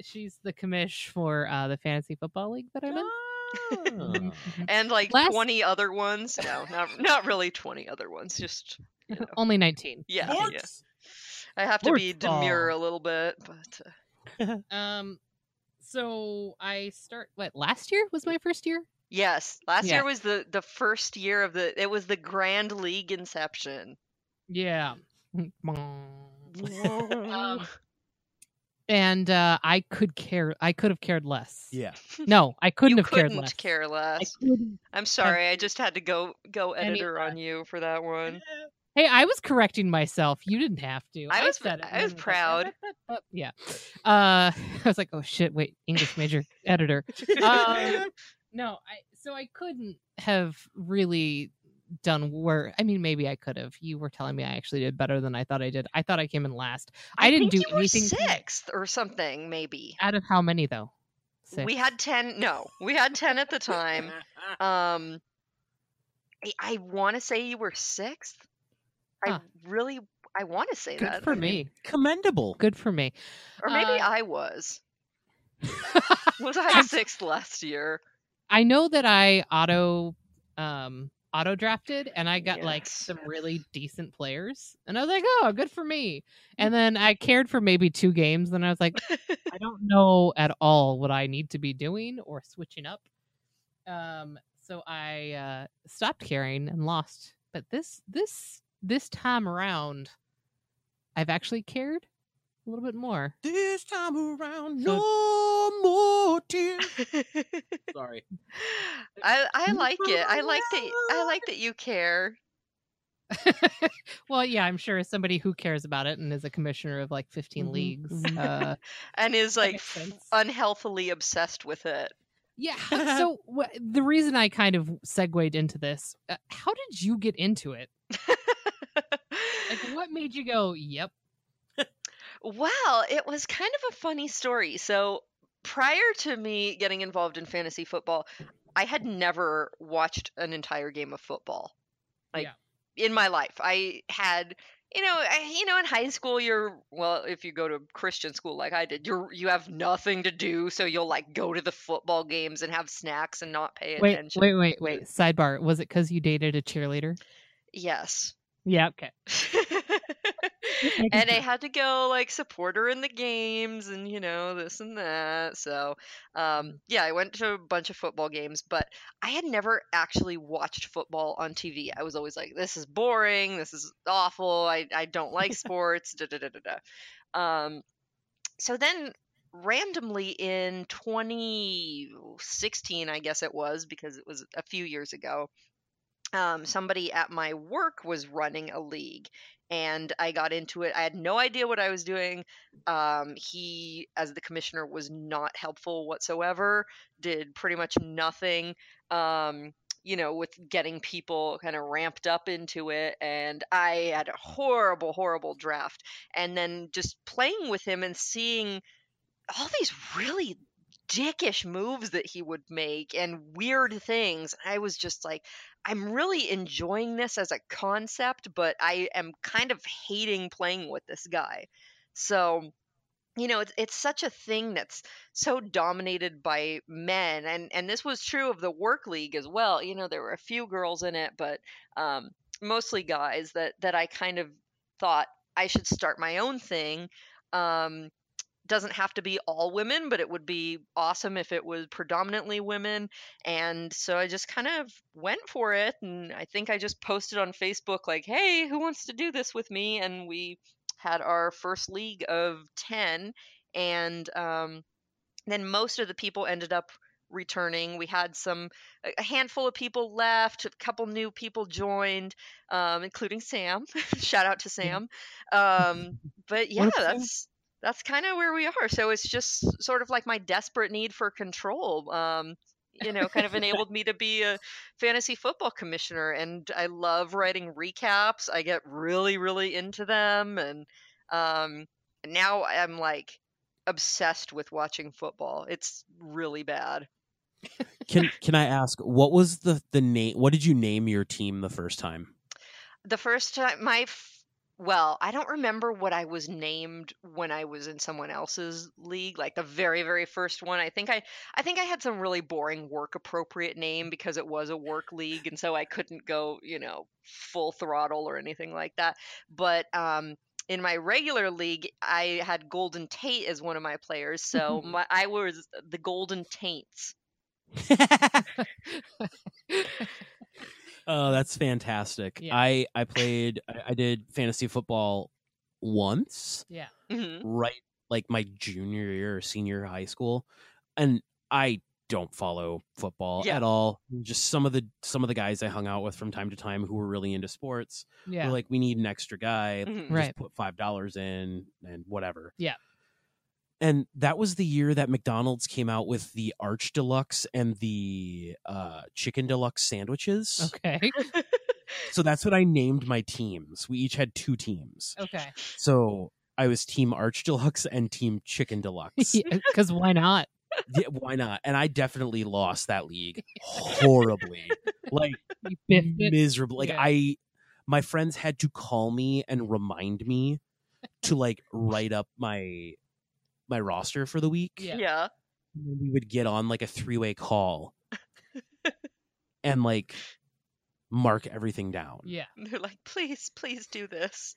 S1: she's the commish for uh, the fantasy football league that I'm in.
S2: Ah.
S1: Mhm, mhm.
S3: and like
S1: Last-
S3: 20 other ones. No, not not really 20 other ones. Just you know.
S1: Only nineteen.
S3: [laughs] Yeah, yeah.
S2: Sports?
S3: I have to be
S1: Sports ball.
S3: demure a little bit, but uh,
S1: Um. So I start. What last year was my first year?
S3: yes, last
S1: Yeah.
S3: year was the the first year of the. It was the Grand League
S1: [laughs]
S3: inception.
S1: Yeah.
S3: Whoa.
S1: and uh, I could care. I could have cared less.
S3: [laughs]
S2: Yeah.
S1: No, I couldn't
S3: you
S1: have
S3: couldn't
S1: cared less.
S3: care
S1: I
S3: less.
S1: couldn't.
S3: I'm sorry, I just had to go go
S1: Any-
S3: editor on you for that one.
S1: Hey, I was correcting myself. You didn't have to.
S3: I was-
S1: said it,
S3: I
S1: and
S3: was
S1: then
S3: proud.
S1: like, "Bup, bup, bup." [laughs] yeah. Uh, [laughs] I was like, oh shit, wait, English major, editor. Um, no, I so I couldn't have really done work. I mean, maybe I could have. You were telling me I actually did better than I thought I did. I thought I came in last. I, didn't
S3: think
S1: do
S3: you were
S1: anything
S3: sixth or something, maybe.
S1: out of how many though.
S3: We
S1: Six.
S3: had ten. No, we had ten at
S1: [laughs]
S3: the time. Um, I, I want to say you were sixth.
S1: Huh.
S3: I really, I want to say
S1: Good
S3: that.
S1: for
S3: I mean,
S1: me.
S2: Commendable.
S1: Good for
S3: [laughs]
S1: me.
S3: Or
S1: Uh,
S3: maybe I was. Was
S1: [laughs]
S3: I sixth last year? [laughs]
S1: I know that I auto um auto drafted and I got like
S3: Yes. Mm.
S1: some really decent players and I was like, "Oh, good for me." And then I cared for maybe two games then I was like, I don't know at all what I need to be doing or switching up. Um so I uh stopped caring and lost. But this this this time around I've actually cared a little bit more.
S2: This time around,
S1: So-
S2: no more tears. Sorry.
S3: I I like it. I like that. I like that you care.
S1: [laughs] well, yeah, I'm sure as somebody who cares about it and is a commissioner of like 15
S3: Mm-hmm.
S4: Mhm,
S1: leagues.
S4: mhm.
S1: Uh,
S3: and is
S1: that
S3: like
S1: makes sense.
S3: unhealthily obsessed with it.
S1: yeah.
S3: [laughs]
S1: how- So wh- the reason I kind of segued into this, uh, how did you get into it?
S3: [laughs]
S1: Like, what made you go? Yep.
S3: Well, it was kind of a funny story. So, prior to me getting involved in fantasy football, I had never watched an entire game of football. Like in my life, I had you know, I, you know, in high school, you're well. If you go to Christian school like I did, you're you have nothing to do, so you'll like go to the football games and have snacks and not pay
S1: Wait,
S3: attention.
S1: wait, wait, wait. Sidebar: Was it because you dated a cheerleader?
S3: Yes,
S1: Yeah. Okay.
S3: [laughs] and I had to go like support her in the games and you know this and that. So um, yeah, I went to a bunch of football games, but I had never actually watched football on TV. I was always like, this is boring. This is awful. I, I don't like sports. Da, da, da, da, da. Um, so then randomly in 2016, I guess it was because it was a few years ago. Um, somebody at my work was running a league and I got into it. I had no idea what I was doing. Um, he, as the commissioner, was not helpful whatsoever, did pretty much nothing, um, you know, with getting people kind of ramped up into it. And I had a horrible, horrible draft. And then just playing with him and seeing all these really dickish moves that he would make and weird things. I was just like, I'm really enjoying this as a concept, but I am kind of hating playing with this guy. So, you know, it's, it's such a thing that's so dominated by men, and and this was true of the work league as well. You know, there were a few girls in it, but um, mostly guys that that I kind of thought I should start my own thing. Um, doesn't have to be all women, but it would be awesome if it was predominantly women and so i just kind of went for it and i think i just posted on facebook like hey who wants to do this with me and we had our first league of 10 and um, then most of the people ended up returning we had some a- a handful of people left a couple new people joined um, including sam [laughs] shout out to sam um, but yeah
S1: up, Sam?
S3: that's that's kind of where we are so it's just sort of like my desperate need for control um, you know, kind of enabled me to be a fantasy football commissioner. And I love writing recaps. I get really, really into them. And um, now I'm like obsessed with watching football. It's really bad.
S2: Can can I ask what was the the name? What did you name your team the first time?
S3: The first time, my, f- well, I don't remember what I was named when I was in someone else's league. Like the very, very first one, I think I, I think I had some really boring work appropriate name because it was a work league, and so I couldn't go, you know, full throttle or anything like that. But um, in my regular league, I had Golden Tate as one of my players, so my, I was the Golden Taints.
S2: Oh, that's fantastic!
S1: Yeah.
S2: I I played. I, I did fantasy football once,
S3: Mhm.
S2: right like my junior year or senior year of high school and i don't follow football
S3: Yeah.
S2: at all just some of the some of the guys i hung out with from time to time who were really into sports
S1: [laughs] Yeah.
S2: were like we need an extra guy
S3: Mhm.
S1: Right.
S2: just put five dollars in and whatever
S1: Yeah.
S2: and that was the year that mcdonald's came out with the arch deluxe and the uh, chicken deluxe sandwiches
S1: okay.
S2: so that's what i named my teams we each had two teams
S3: [laughs]
S1: Okay. [laughs]
S2: so I was Team Arch Deluxe and Team
S1: [laughs]
S2: Chicken Deluxe. yeah.
S1: Because why not?
S2: why not? And I definitely lost that league horribly, like
S1: You biffed it.
S2: miserably. Like
S1: Yeah.
S2: I, my friends had to call me and remind me to like write up my my roster for the week.
S1: Yeah.
S3: yeah.
S2: And then we would get on like a three
S1: [laughs]
S2: way call and like mark everything down. [laughs]
S1: Yeah.
S3: They're like, please, please do this.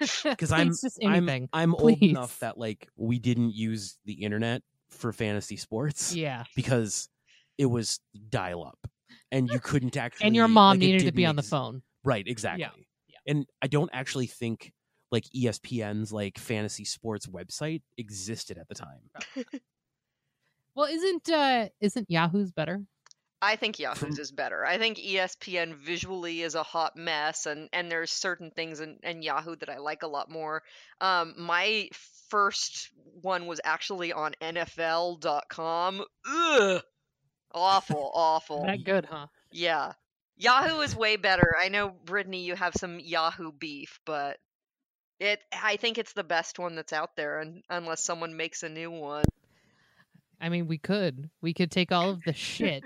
S1: [laughs]
S2: because I'm
S1: Please, just
S2: I'm,
S1: anything.
S2: I'm old
S1: Please.
S2: enough that like we didn't use the internet for fantasy sports
S1: Yeah.
S2: because it was dial up and you couldn't actually
S1: And your mom
S2: like, it
S1: needed to be
S2: didn't
S1: on the
S2: exi-
S1: phone.
S2: right exactly and I don't actually think like E ESPN's like fantasy sports website existed at the time
S1: Well, isn't uh isn't Yahoo's better?
S3: I think
S1: [laughs]
S3: E Yahoo's is better. I think E ESPN visually is a hot mess, and and there's certain things in, in Yahoo that I like a lot more. Um, my first one was actually on NFL.com. Ugh,
S1: [laughs]
S3: awful, awful.
S1: That good, huh?
S3: Yeah, Yahoo is way better. I know Brittany, you have some Yahoo beef, but it I think it's the best one that's out there, and unless someone makes a new one.
S1: I mean, we could. We could take all of the [laughs] shit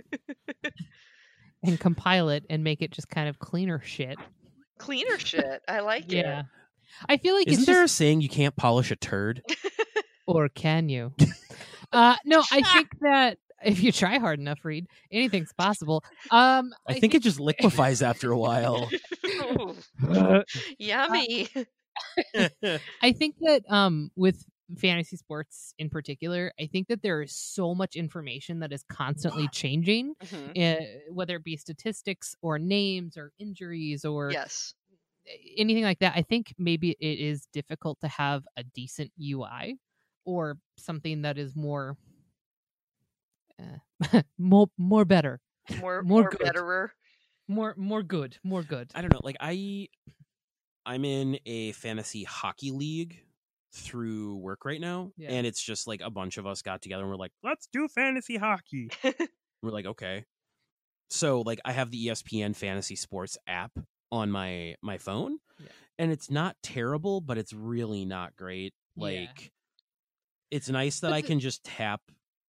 S1: and compile it and make it just kind of cleaner shit. [laughs]
S3: Cleaner shit. I like
S1: Yeah. [laughs]
S3: it.
S1: I feel like
S2: Isn't
S1: it's
S2: there
S1: just
S2: a saying you can't polish a turd?
S1: or can
S2: [laughs]
S1: you? uh no, I think that if you try hard enough, Reed, anything's possible. Um
S2: I, think, it just liquefies after a
S3: [laughs]
S2: while.
S3: [laughs]
S2: [laughs]
S3: Ooh, yummy.
S1: I think that um with fantasy sports in particular, I think that there is so much information that is [gasps] constantly changing,
S3: Mhm.
S1: uh, whether it be statistics or names or injuries or
S3: Yes.
S1: anything like that. I think maybe it is difficult to have a decent UI or something that is more [laughs] uh, more more better,
S3: More
S1: More
S3: more,
S1: good.
S3: betterer. [laughs]
S1: more more good, more good.
S2: I don't know. Like I, I'm in a fantasy hockey league through work right now,
S1: Yeah.
S2: and it's just like a bunch of us got together and we're like, let's do fantasy hockey. we're like, okay. So like I have the E ESPN fantasy sports app on my my phone,
S1: Yeah.
S2: and it's not terrible, but it's really not great.
S1: Yeah.
S2: Like, it's nice that
S1: But
S2: I
S1: the-
S2: can just tap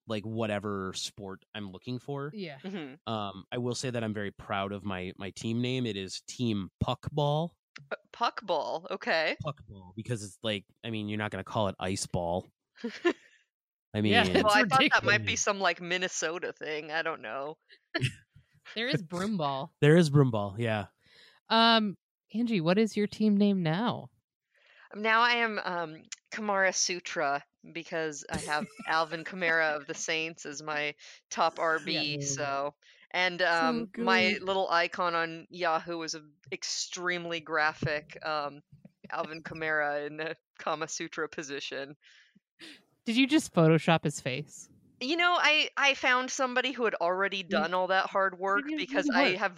S2: like whatever sport I'm looking for.
S1: Yeah.
S3: hmm
S2: Um, I will say that I'm very proud of my my team name. It is Team Puckball.
S3: Puck ball. Okay.
S2: Puckball because it's like I mean you're not gonna call it
S1: [laughs]
S2: ice ball. I mean
S1: Yeah,
S3: Well, I thought that might be
S2: ridiculous.
S3: some like Minnesota thing. I don't know.
S1: There
S3: [laughs]
S1: is broomball.
S2: there is broomball. Yeah,
S1: Um Angie, what is your team name now?
S3: Now I am um, Kamara Sutra because I have Alvin Kamara of the Saints as my top RB.
S1: Yeah.
S3: So, and um, my little icon on Yahoo is an extremely graphic um, Alvin Kamara in the Kama Sutra position.
S1: Did you just Photoshop his face?
S3: You know, I I found somebody who had already done all that hard work
S1: Mm. you- did
S3: because
S1: you
S3: I
S1: work?
S3: have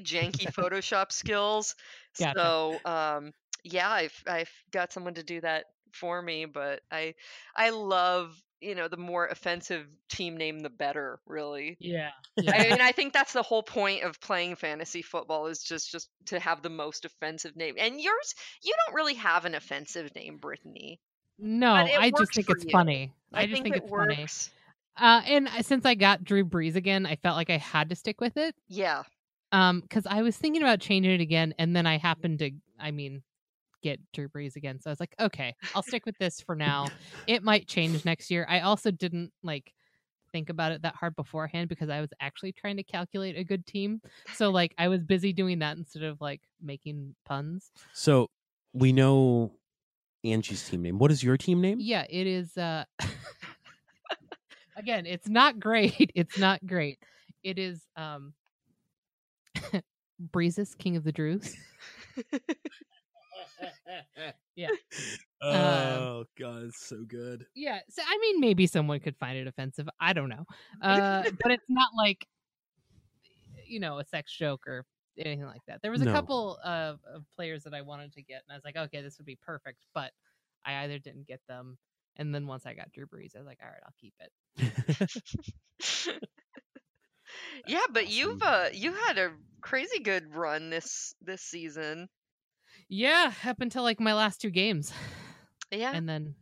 S1: [laughs]
S3: janky Photoshop skills.
S1: Gotcha.
S3: So, um, yeah, I've I've got someone to do that for me, but I I love you know the more offensive team name, the better. Really,
S1: [laughs] Yeah.
S3: I
S2: [laughs]
S3: mean, I think that's the whole point of playing fantasy football is just just to have the most offensive name. And yours, you don't really have an offensive name, Brittany.
S1: No,
S3: But it
S1: I just
S3: worked
S1: think
S3: for
S1: it's
S3: you.
S1: funny. I, just think,
S3: it
S1: it's funny.
S3: works.
S1: Uh, and I- since I got Drew Brees again, I felt like I had to stick with it.
S3: Yeah.
S1: Um, because I was thinking about changing it again, and then I happened to, I mean, get Drew Brees again. So I was like, okay, I'll stick with this for now. It might change next year. I also didn't like think about it that hard beforehand because I was actually trying to calculate a good team. So like I was busy doing that instead of like making puns.
S2: So we know Angie's team name. What is your team [laughs] name?
S1: Yeah, it is. uh [laughs] Again, it's not great. [laughs] It's not great. It is um [laughs] Breezes, King of the Drews.
S2: [laughs] Um
S1: Oh,
S2: god, it's so [laughs] good.
S1: Yeah, so I mean, maybe someone could find it offensive. I don't know, [laughs] uh, but it's not like you know a sex joke or anything like that. There was a
S2: No.
S1: couple of, of players that I wanted to get, and I was like, okay, this would be perfect, but I either didn't get them, and then once I got Drew Brees, I was like, all right, I'll keep it.
S3: [laughs] yeah, but you've uh,
S2: awesome.
S3: you had a crazy good run this this season.
S1: Yeah, up until like my last two games,
S3: Yeah.
S1: and then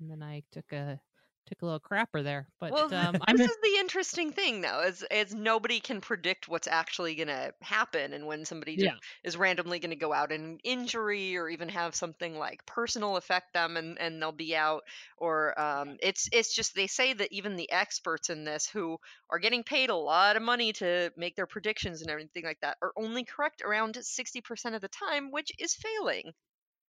S1: and then I took a took a little crapper there. But
S3: well,
S1: um,
S3: [laughs] this
S1: I'm
S3: is the interesting thing, though, is is nobody can predict what's actually going to happen, and when somebody just
S1: Yeah.
S3: is randomly going to go out in injury, or even have something like personal affect them, and and they'll be out, or um, it's it's just they say that even the experts in this, who are getting paid a lot of money to make their predictions and everything like that, are only correct around sixty percent of the time, which is failing.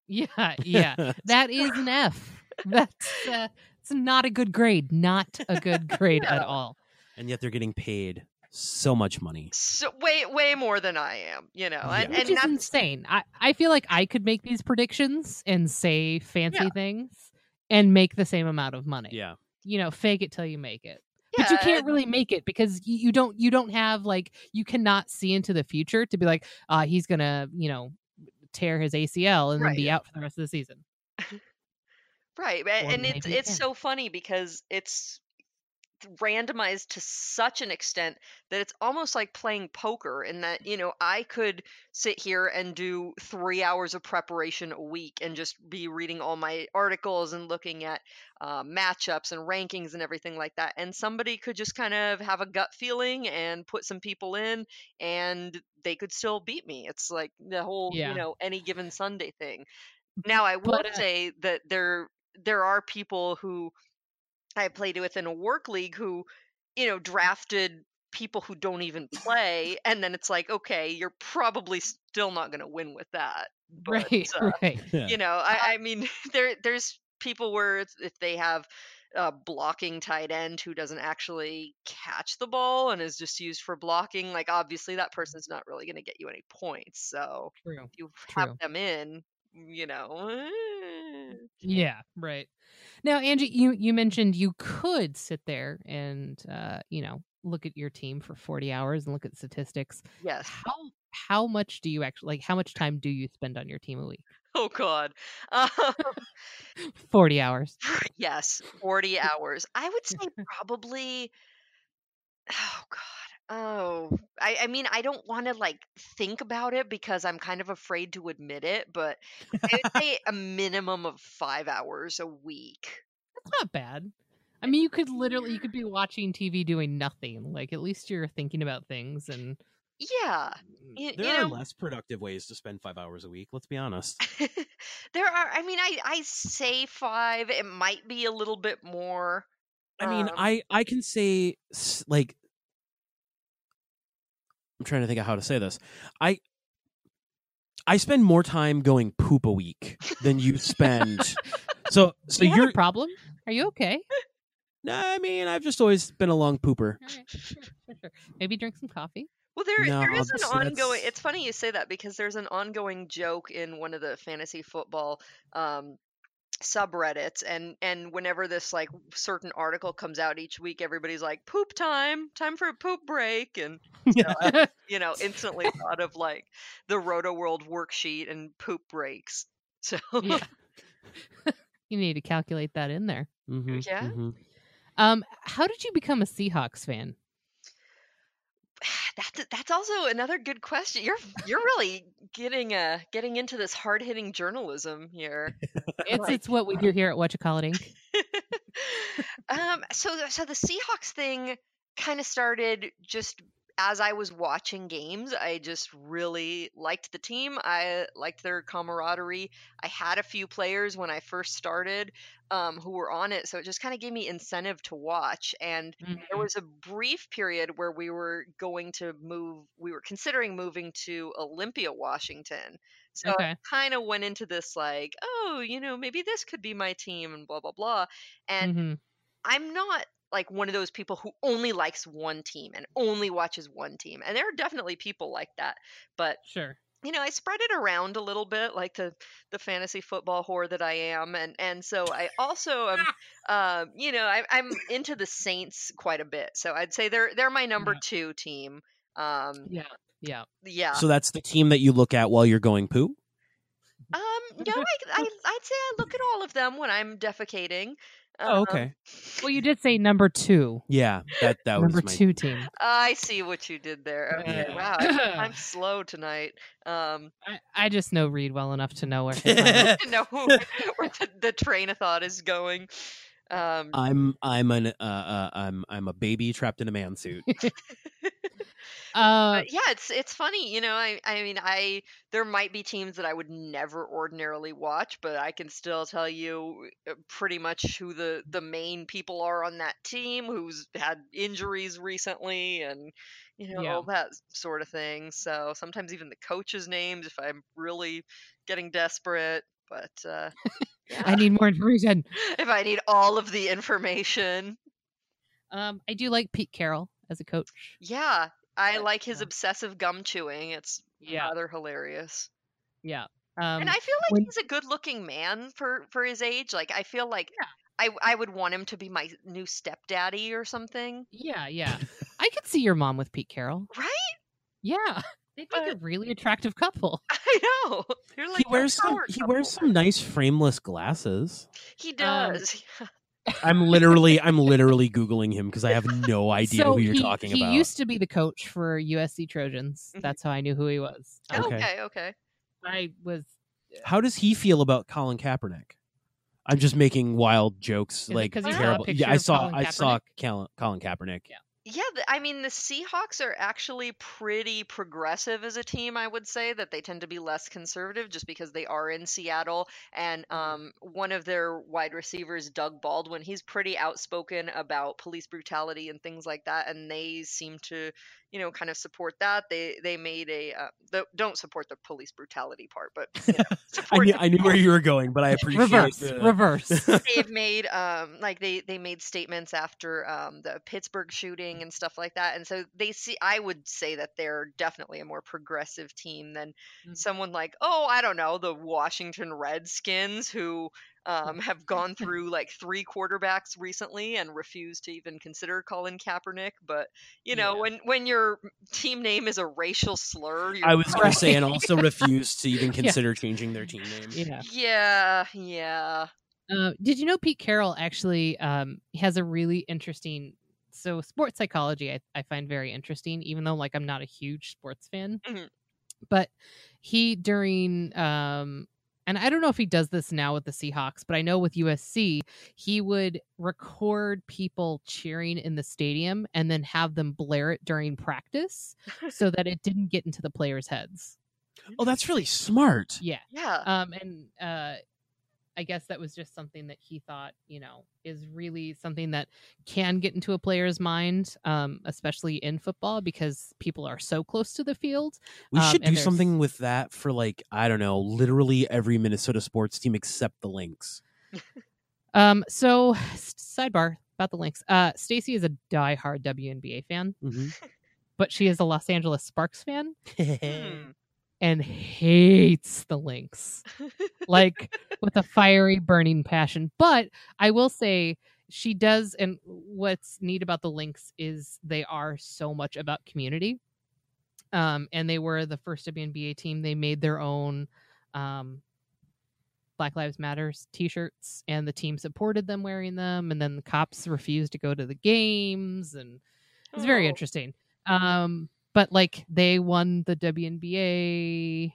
S1: yeah, yeah. That is an
S3: [laughs]
S1: F. That's uh, it's not a good grade. Not a good grade at
S3: No.
S1: all.
S2: [laughs] and yet they're getting paid so much money.
S3: So way way more than I am, you know, and,
S1: Which
S2: Yeah.
S3: and
S1: is
S3: that's
S1: insane. I, I feel like I could make these predictions and say fancy things and make the same amount of money.
S2: [laughs] Yeah.
S1: You know, fake it till you make it. but you
S3: Yeah,
S1: can't really make it because you, you don't you don't have like you cannot see into the future to be like uh he's gonna you know tear his acl and
S3: Right.
S1: then be out for the rest of the season
S3: Right, a-
S1: Or
S3: and it's
S1: maybe
S3: it's
S1: ten.
S3: so funny because it's randomized to such an extent that it's almost like playing poker in that, you know, I could sit here and do 3 hours of preparation a week and just be reading all my articles and looking at uh, matchups and rankings and everything like that. And somebody could just kind of have a gut feeling and put some people in and they could still beat me. It's like the whole,
S1: Yeah.
S3: you know, any given Sunday thing. Now I will
S1: But, uh,
S3: say that there there are people who I played with in a work league who, you know, drafted people who don't even
S1: [laughs]
S3: play, and then it's like, okay, you're probably still not going to win with that. But,
S1: right
S3: uh,
S1: right
S2: Yeah.
S3: You know, I, I mean, [laughs] there there's people where it's, if they have a blocking tight end who doesn't actually catch the ball and is just used for blocking, like obviously that person's not really going to get you any points. So
S1: true
S3: you have
S1: True.
S3: them in, you know. [laughs]
S1: yeah right now angie you you mentioned you could sit there and uh you know look at your team for 40 hours and look at statistics [sighs]
S3: Yes.
S1: how how much do you actually like how much time do you spend on your team a week
S3: Oh God. [laughs] Uh,
S1: 40 hours
S3: yes. Forty hours. I
S1: [laughs]
S3: would say probably. Oh God. Oh, I, I mean, I don't want to like think about it because I'm kind of afraid to admit it, but I
S1: [laughs]
S3: would say a minimum of five hours a week.
S1: That's not bad. I mean, you could literally you could be watching TV doing nothing. Like at least you're thinking about things and mm,
S3: Yeah. you
S2: there are
S3: know- [laughs]
S2: less productive ways to spend five hours a week. Let's be honest.
S3: there are, I mean, I, I say five, it might be a little bit more.
S2: I mean,
S3: Um,
S2: I I can say s- like I'm trying to think of how to say this. I I spend more time going poop a week than you [laughs] spend. so so
S1: Do you have
S2: you're
S1: a problem. Are you
S3: [laughs]
S1: okay?
S2: Nah, I mean, I've just always been a long pooper.
S1: All right, sure, sure, sure. Maybe drink some coffee.
S3: Well, there there
S2: No,
S3: is an
S2: so
S3: ongoing.
S2: that's-
S3: It's funny you say that because there's an ongoing joke in one of the fantasy football um, subreddits, and and whenever this like certain article comes out each week, everybody's like, "Poop time! Time for a poop break!" and you know,
S2: [laughs]
S3: instantly thought of like the Roto World worksheet and poop breaks. [laughs] So
S1: Yeah. [laughs] you need to calculate that in there.
S2: Mm-hmm,
S3: Yeah?
S1: Um, how did you become a Seahawks fan?
S3: [sighs] that's that's also another good question. You're you're really getting uh getting into this hard hitting journalism here.
S1: It's
S3: Right.
S1: it's what we do here at What You Call It
S3: [laughs]
S1: Inc.
S3: um, so the- so the Seahawks thing kind of started just as I was watching games. I just really liked the team. I liked their camaraderie. I had a few players when I first started um, who were on it, so it just kind of gave me incentive to watch. And there was a brief period where we were going to move we were considering moving to olympia washington so
S1: Okay.
S3: i kind of went into this like oh you know maybe this could be my team and blah blah blah and
S1: Mhm.
S3: i'm not like one of those people who only likes one team and only watches one team and there are definitely people like that but
S1: Sure.
S3: you know, I spread it around a little bit, like the the fantasy football whore that I am, and and so I also am, um, you know, I, I'm into the Saints quite a bit. So I'd say they're they're my number
S1: Yeah.
S3: two team. Um,
S1: Yeah. Yeah.
S3: yeah.
S2: So that's the team that you look at while you're going poo.
S3: um,
S2: [laughs]
S3: no, I, I I'd say I look at all of them when I'm defecating.
S2: Oh,
S1: Uh-huh.
S3: Um,
S2: okay.
S1: Well, you did say number two.
S2: Yeah, that that was
S1: number
S2: my [laughs]
S1: two team.
S3: I see what you did there. Okay,
S2: Yeah.
S1: [laughs]
S2: [laughs]
S3: Oh, wow, I'm, I'm slow tonight. Um, [laughs]
S1: I, I just know Reed well enough to know where. his mind
S5: [laughs]
S2: [laughs]
S1: is.
S3: to know [laughs] where the, the train of thought is going. Um,
S2: I'm I'm an uh, uh I'm I'm a baby trapped in a man suit.
S1: Uh,
S3: but yeah, it's it's funny, you know. I I mean, I there might be teams that I would never ordinarily watch, but I can still tell you uh, pretty much who the the main people are on that team, who's had injuries recently, and you know
S1: Yeah.
S3: all that s- sort of thing. So sometimes even the coaches' names, if I'm really getting desperate. But uh, [laughs]
S1: I
S3: yeah,
S1: need more information.
S3: if I need all of the information,
S1: Um, I do like Pete Carroll as a coach.
S3: yeah, I
S1: But,
S3: like his
S1: yeah.
S3: obsessive gum chewing. It's
S1: Yeah.
S3: rather hilarious.
S1: Yeah. Um,
S3: and I feel like
S1: when-
S3: he's a good-looking man for for his age. Like I feel like I I would want him to be my new stepdaddy or something. [laughs]
S1: Yeah,
S2: [laughs]
S1: yeah. I could see your mom with Pete Carroll.
S3: Right?
S1: Yeah. [laughs] They'd make a really attractive couple.
S3: I know. You're
S5: he
S3: like
S5: wears
S3: a
S5: some
S3: power
S5: he wears
S3: couple.
S5: some nice frameless
S2: [laughs]
S5: glasses.
S3: He
S1: um,
S3: does. [laughs]
S5: I'm literally I'm literally googling him because I have no idea
S1: [laughs] so
S5: who you're
S1: he,
S5: talking
S1: he
S5: about.
S1: used to be the coach for USC Trojans.
S3: Mhm.
S1: That's how I knew who he was.
S5: Yeah.
S1: Um,
S5: okay.
S3: okay. okay,
S1: Mm-hmm. I was
S5: How does he feel about Colin Kaepernick? I'm just making wild jokes
S1: it
S5: like
S1: 'cause
S3: you saw a
S5: terrible.
S1: picture
S5: yeah, I
S1: of
S5: saw
S1: Colin
S5: I saw
S1: Kaepernick?
S5: Colin, Colin Kaepernick.
S1: Yeah.
S3: Yeah, th- I mean the Seahawks are actually pretty progressive as a team. I would say that they tend to be less conservative just because they are in Seattle, and
S5: Mm-hmm.
S3: um, one of their wide receivers, Doug Baldwin, he's pretty outspoken about police brutality and things like that, and they seem to, you know, kind of support that. They they made a uh, the, don't support the police brutality part, but you know,
S5: [laughs] I
S3: support
S5: knew
S3: the
S5: I knew where you were going, but I appreciate
S1: reverse.
S5: the-
S1: Reverse.
S5: [laughs]
S3: they've made um like they they made statements after um the Pittsburgh shooting and stuff like that and so they see I would say that they're definitely a more progressive team than
S1: Mhm.
S3: someone like oh I don't know the Washington Redskins who
S1: [laughs]
S3: um, have gone through like three quarterbacks recently and refuse to even consider Colin Kaepernick but you know
S1: Yeah.
S3: when when your team name is a racial slur you're
S5: I was going
S1: Right.
S5: to say, and [laughs] also refused to even consider changing their team name.
S1: yeah.
S3: yeah yeah
S1: Uh, did you know Pete Carroll actually um, has a really interesting so sports psychology I, I find very interesting, even though like I'm not a huge sports fan.
S3: Mhm.
S1: But he during um and I don't know if he does this now with the Seahawks, but I know with USC, he would record people cheering in the stadium and then have them blare it during practice so that it didn't get into the players' heads.
S5: Oh, that's really smart.
S1: Yeah
S3: yeah [laughs]
S1: um and uh i guess that was just something that he thought you know is really something that can get into a player's mind um especially in football because people are so close to the field
S5: We
S1: Um,
S5: should do
S1: and there's-
S5: something with that for like I don't know, literally every Minnesota sports team except the Lynx.
S1: um so [sighs] s- sidebar about the links uh stacy is a diehard WNBA fan
S5: Mm-hmm.
S1: but she is a Los Angeles Sparks fan
S5: [laughs]
S3: Hmm.
S1: and hates the links
S3: [laughs]
S1: like with a fiery burning passion but i will say she does and what's neat about the links is they are so much about community um and they were the first WNBA team they made their own um Black Lives Matters t-shirts and the team supported them wearing them and then the cops refused to go to the games and it's very
S3: Oh.
S1: interesting. Um, but like they won the WNBA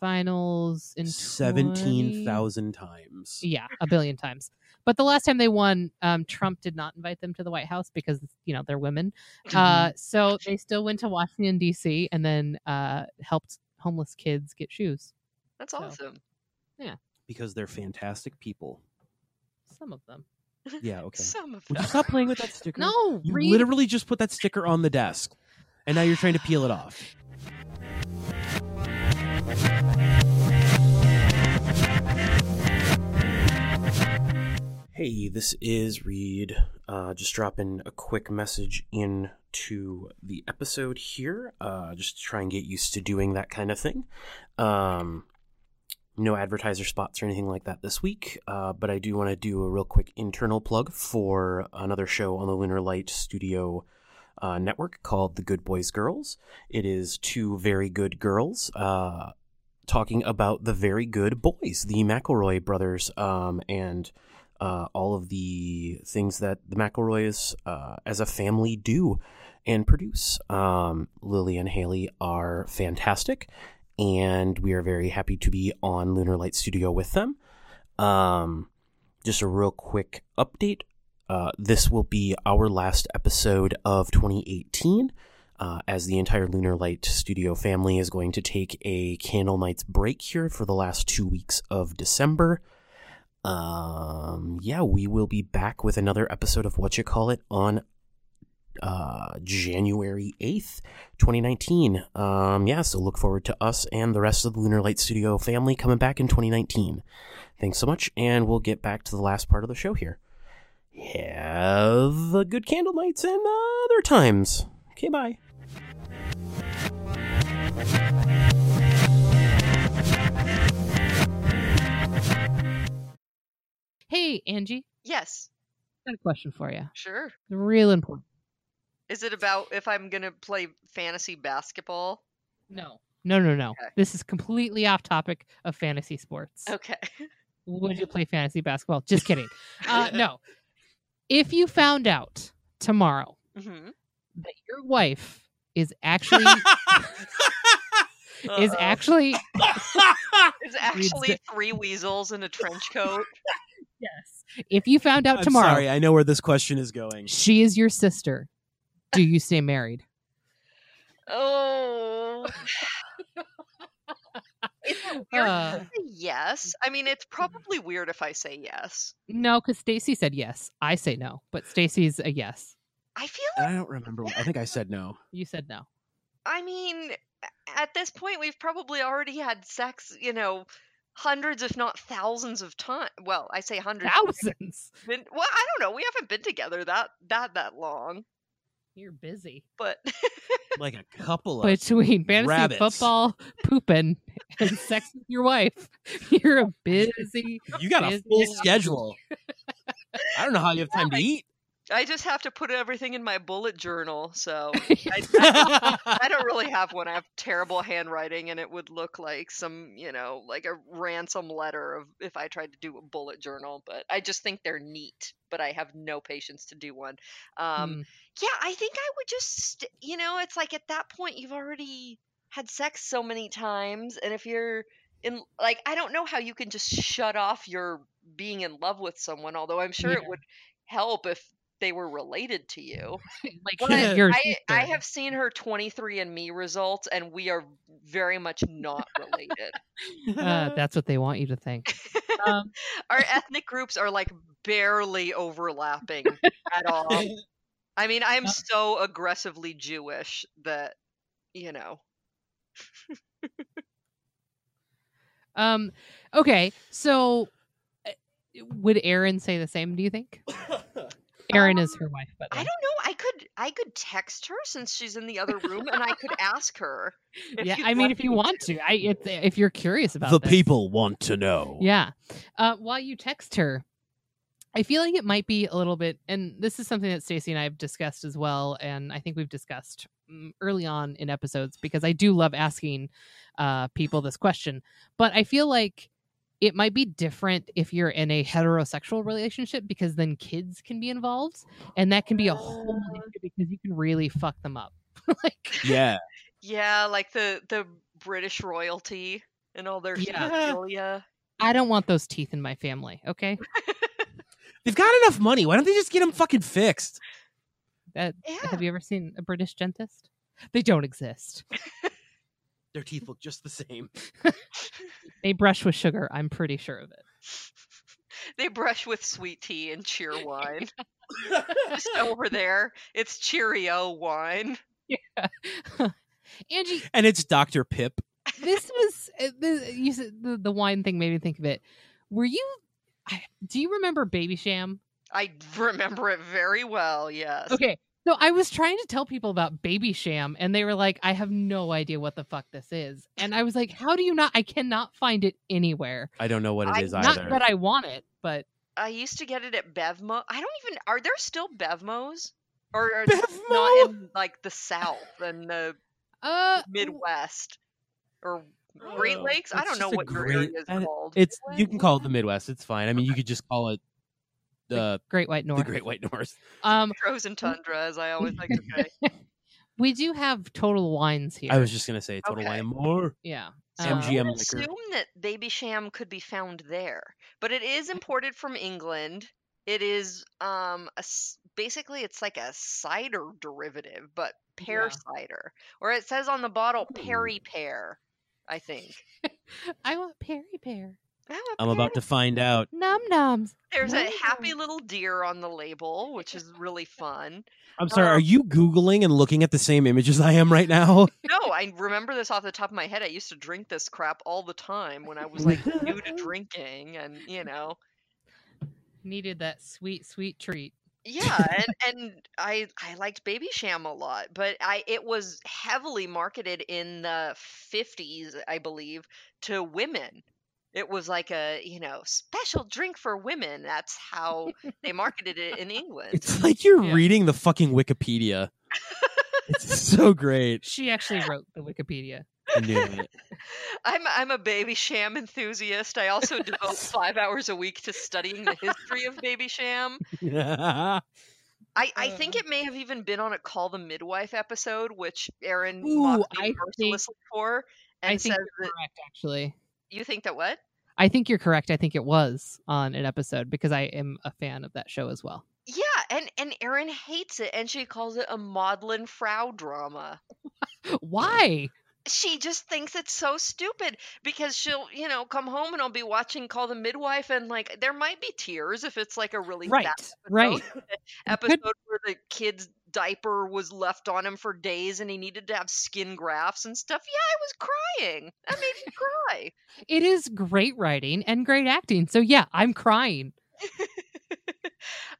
S1: finals in 20
S5: Seventeen thousand times.
S1: Yeah, a billion times. But the last time they won, um, Trump did not invite them to the White House because you know they're women.
S3: Mm-hmm.
S1: Uh, so they still went to Washington D.C. and then uh, helped homeless kids get shoes.
S3: That's
S1: So.
S3: awesome.
S5: Because they're fantastic [laughs] people.
S1: Some of them.
S5: Yeah, okay.
S3: Some of
S5: Would
S3: them.
S5: you stop playing with that sticker?
S1: No,
S5: You
S1: read-
S5: literally just put that sticker on the desk. And now you're trying to peel it off.
S2: Hey, this is Reed. Uh, just dropping a quick message into the episode here, uh, just to try and get used to doing that kind of thing. Um, no advertiser spots or anything like that this week, uh, but I do want to do a real quick internal plug for another show on the Lunar Light Studio uh, network called The Good Boys Girls. It is two very good girls. Uh, Talking about the very good boys, the McElroy brothers, um, and uh, all of the things that the McElroys uh, as a family do and produce. Um, Lily and Haley are fantastic, and we are very happy to be on Lunar Light Studio with them. Um, just a real quick update. Uh, this will be our last episode of 2018, uh, as the entire Lunar Light Studio family is going to take a Candle Nights break here for the last two weeks of December um yeah we will be back with another episode of what you call it on uh january 8th 2019 um yeah so look forward to us and the rest of the lunar light studio family coming back in 2019 thanks so much and we'll get back to the last part of the show here have a good candle nights and other times okay bye
S1: Hey, Angie.
S3: [laughs] Yes,
S1: got a question for you.
S3: sure.
S1: Real important.
S3: Is it about if I'm gonna play fantasy basketball?
S1: No. No, no, no.
S3: Okay.
S1: This is completely off topic of fantasy sports.
S3: Okay.
S1: Would you play fantasy basketball? Just kidding. Uh, no. If you found out tomorrow
S3: Mhm.
S1: that your wife is actually is
S3: Uh-oh.
S1: actually
S5: [laughs]
S3: It's actually three weasels in a trench coat.
S1: yes. If you found out
S2: [laughs] I'm
S1: tomorrow
S2: sorry, I know where this question is going.
S1: she is your sister, do you stay married?
S3: [laughs] Oh. [laughs] Is it weird
S1: Uh.
S3: to say yes? I mean,
S5: Mm-hmm.
S3: it's probably weird if I say yes.
S1: No, because Stacy said yes. I say no, but Stacy's a yes.
S3: I feel
S5: Uh
S3: like,
S2: I don't remember. what- I think I said no.
S1: You said no.
S3: I mean, at this point, we've probably already had sex, you know, hundreds, if not thousands of times. Well, I say hundreds. we haven't
S1: Thousands.
S3: Been, well, I don't know. We haven't been together that that that long,
S1: You're busy.
S3: but [laughs]
S2: Like a couple of
S1: Between fantasy
S2: rabbits.
S1: football, pooping, and sex with your wife, [laughs] you're a busy.
S2: You got a
S1: Busy
S2: full
S1: as-
S2: schedule. I don't know how you have time to eat.
S3: I just have to put everything in my bullet journal. So
S2: I
S3: I don't really have one. I have terrible handwriting, and it would look like some, you know, like a ransom letter of if I tried to do a bullet journal. But I just think they're neat. But I have no patience to do one. Um,
S1: Mm.
S3: Yeah, I think I would just, you know, it's like at that point you've already had sex so many times, and if you're in, like, I don't know how you can just shut off your being in love with someone. Although I'm sure it
S1: Yeah.
S3: would help if they were related to you.
S1: [laughs] like
S3: But [laughs]
S1: your
S3: I, I
S1: sister.
S3: have seen her 23andMe results, and we are very much not related.
S1: Uh, that's what they want you to think. Um,
S3: [laughs] Our ethnic groups are like barely overlapping at [laughs] all. I mean, I'm
S1: Uh.
S3: so aggressively Jewish that, you know.
S1: um, okay, so uh, would Aaron say the same? Do you think?
S2: [laughs]
S1: Aaron is her wife, but
S3: Um, I don't know. I could I could text her since she's in the other room, and I [laughs] could ask her. if
S1: yeah.
S3: you'd
S1: I mean,
S3: like
S1: if you
S3: me
S1: want to, I if, if you're curious about
S2: the
S1: this.
S2: people want to know.
S1: Yeah. Uh, while you text her, I feel like it might be a little bit, and this is something that Stacy and I have discussed as well, and I think we've discussed mm, early on in episodes because I do love asking uh, people this question, but I feel like it might be different if you're in a heterosexual relationship because then kids can be involved, and that can be a whole
S3: Uh.
S1: issue because you can really fuck them up. [laughs] like,
S2: Yeah.
S3: Yeah, like the the British royalty and all their
S1: Yeah.
S3: [laughs] yeah.
S1: I don't want those teeth in my family. Okay,
S2: They've got enough money. Why don't they just get them fucking fixed?
S1: that
S3: Yeah.
S1: Have you ever seen a British dentist? They don't exist.
S2: Their teeth look just the same.
S1: They brush with sugar. I'm pretty sure of it.
S3: [laughs] They brush with sweet tea and cheer
S2: [laughs]
S3: wine. [laughs] Just over there, it's Cheerio wine.
S1: [laughs] Angie,
S2: And it's Dr. Pip.
S3: [laughs]
S1: this was uh, the, you said the, the wine thing made me think of it. Were you? I, do you remember Baby Sham?
S3: I remember it very well. Yes.
S1: Okay, so I was trying to tell people about Baby Sham, and they were like, "I have no idea what the fuck this is." And I was like, "How do you not? I cannot find it anywhere.
S2: I don't know what
S3: I-
S2: it is
S3: not
S2: either.
S1: Not that I want it, but
S3: I used to get it at Bevmo. I don't even. Are there still Bevmos? Or are they not in like the South and the
S2: Oh.
S1: uh,
S3: Midwest or Great
S2: Uh,
S3: Lakes? I
S2: it's
S3: don't know
S2: just a
S3: what your
S2: great-
S3: area is
S2: I-
S3: called.
S2: it's
S3: Midwest?
S2: you can call it the Midwest. It's fine. I mean, you could just call it uh,
S1: Great White North.
S2: the Great White North.
S1: Um,
S3: frozen
S2: Mm.
S3: tundra, as I always like to say.
S1: we do have total wines here.
S2: I was just gonna say total
S3: Okay.
S2: wine more.
S1: yeah.
S3: So I
S2: MGM
S3: would
S2: liquor.
S3: assume that Baby Sham could be found there, but it
S2: Mm.
S3: is imported from England. It is um a s basically it's like a cider derivative, but pear
S1: Yeah.
S3: cider, or it says on the bottle
S2: Ooh.
S3: Perry pear. I think.
S1: Um, [laughs] I want Perry Pear.
S3: Oh, a
S2: I'm about
S3: pear.
S2: to find out.
S1: Num nums.
S3: There's a happy
S1: Wow.
S3: little deer on the label, which is
S2: [laughs]
S3: really fun.
S2: I'm sorry. Are
S3: Um,
S2: you googling and looking at the same images I am right now?
S3: No, I remember this off the top of my head. I used to drink this crap all the time when I was like
S1: [laughs]
S2: [laughs]
S3: new to drinking, and you know,
S1: Needed that sweet, sweet treat. [laughs]
S3: yeah, and and I I liked Baby Sham a lot, but I it was heavily marketed in the 50s, I believe, to women. it was like a you know special drink for women. That's how they marketed it in England.
S2: It's like you're
S1: Yeah.
S2: reading the fucking Wikipedia. it's so great.
S1: She
S3: [laughs]
S1: actually wrote the Wikipedia.
S2: I knew it.
S3: [laughs] I'm I'm a baby sham enthusiast. I also
S1: [laughs]
S3: devote five hours a week to studying the history of baby sham. I, I think
S1: Uh.
S3: it may have even been on a Call the Midwife episode, which Aaron
S1: Ooh,
S3: mocked me
S1: I think-
S3: mercilessly for, and
S1: I think
S3: says
S1: you're
S3: that
S1: correct, actually.
S3: you think that what?
S1: I think you're correct. I think it was on an episode because I am a fan of that show as well.
S3: Yeah, and and Erin hates it, and she calls it a maudlin Frau drama.
S1: Why?
S3: She just thinks it's so stupid because she'll, you know, come home and I'll be watching Call the Midwife, and like there might be tears if it's like a really
S1: Right.
S3: sad
S1: Right.
S3: episode where the kid's diaper was left on him for days and he needed to have skin grafts and stuff. Yeah, I was crying. That made me cry.
S1: It is great writing and great acting. So yeah, I'm crying.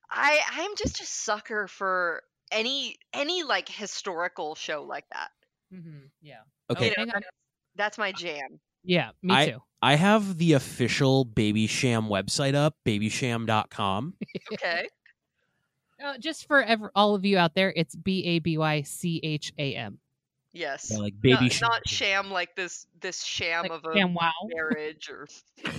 S3: I I'm just a sucker for any any like historical show like that.
S1: Mm-hmm. Yeah.
S2: [laughs] Okay,
S1: hang on. Uh,
S3: That's my jam.
S1: Yeah, me
S2: I-
S1: too.
S2: I have the official Baby Sham website up, babysham.com.
S3: Okay.
S1: Uh, just for ever, all of you out there, it's B A B Y C H A M.
S3: Yes.
S2: Yeah, Uh, like Baby
S3: not,
S2: Sham.
S3: not sham like this this sham
S1: Like,
S3: of a
S1: damn wow. [laughs]
S3: marriage or [laughs]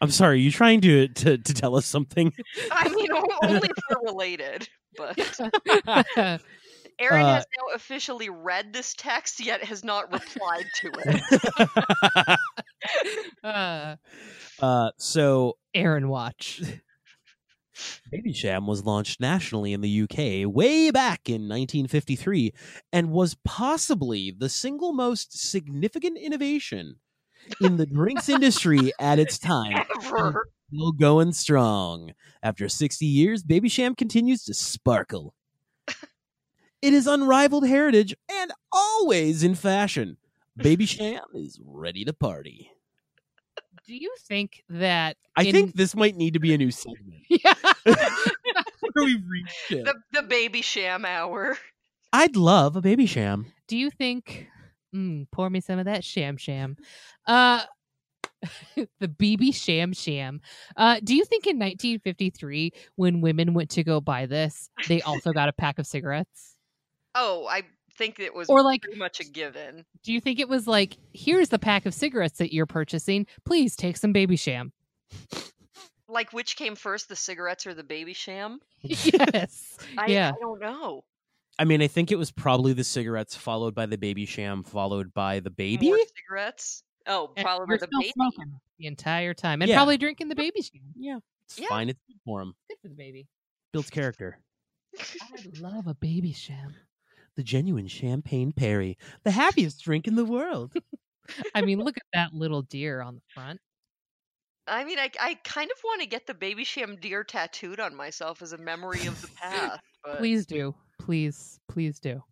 S2: I'm sorry, are you trying to, to, to tell us
S3: [laughs]
S2: something? [laughs]
S3: I mean o- only if they're related. But [laughs] Aaron
S2: Uh,
S3: has now officially read this text yet has not replied to
S1: [laughs]
S3: it.
S1: [laughs] uh,
S2: uh, so,
S1: Aaron Watch.
S2: Baby Sham was launched nationally in the UK way back in 1953 and was possibly the single most significant innovation in the drinks industry at its time. [laughs]
S3: Ever.
S2: still going strong. After 60 years, Baby Sham continues to sparkle. it is unrivaled heritage and always in fashion. Baby Sham is ready to party.
S1: Do you think that?
S2: I
S1: in-
S2: think this might need to be a new segment.
S1: Yeah.
S2: Where we reach it.
S3: The the baby sham hour.
S2: I'd love a Baby Sham.
S1: [laughs] Do you think? Mm, pour me some of that sham sham. Uh, [laughs] the BB sham sham. Uh, do you think in 1953, when women went to go buy this, they also got a pack of cigarettes?
S3: Oh, I think it was
S1: Or like,
S3: pretty much a given.
S1: do you think it was like, here's the pack of cigarettes that you're purchasing. Please take some baby sham. [laughs]
S3: Like which came first, the cigarettes or the baby sham?
S1: yes.
S3: I,
S1: Yeah.
S3: I don't know.
S2: I mean, I think it was probably the cigarettes, followed by the Baby Sham, followed by the baby.
S3: More cigarettes. Oh,
S1: And
S3: probably
S1: we're
S3: the
S1: still
S3: baby.
S1: smoking the entire time and
S2: Yeah.
S1: probably drinking the baby sham.
S2: Yeah, it's
S3: Yeah.
S2: fine. It's good for him.
S1: Good for the baby.
S2: Builds character.
S1: I would love a baby sham.
S2: The genuine champagne Perry, the happiest drink in the world.
S1: I mean, look at that little deer on the front.
S3: I mean, I, I kind of want to get the baby sham deer tattooed on myself as a memory of the
S2: [laughs]
S3: past. But
S1: Please do. Please, please do.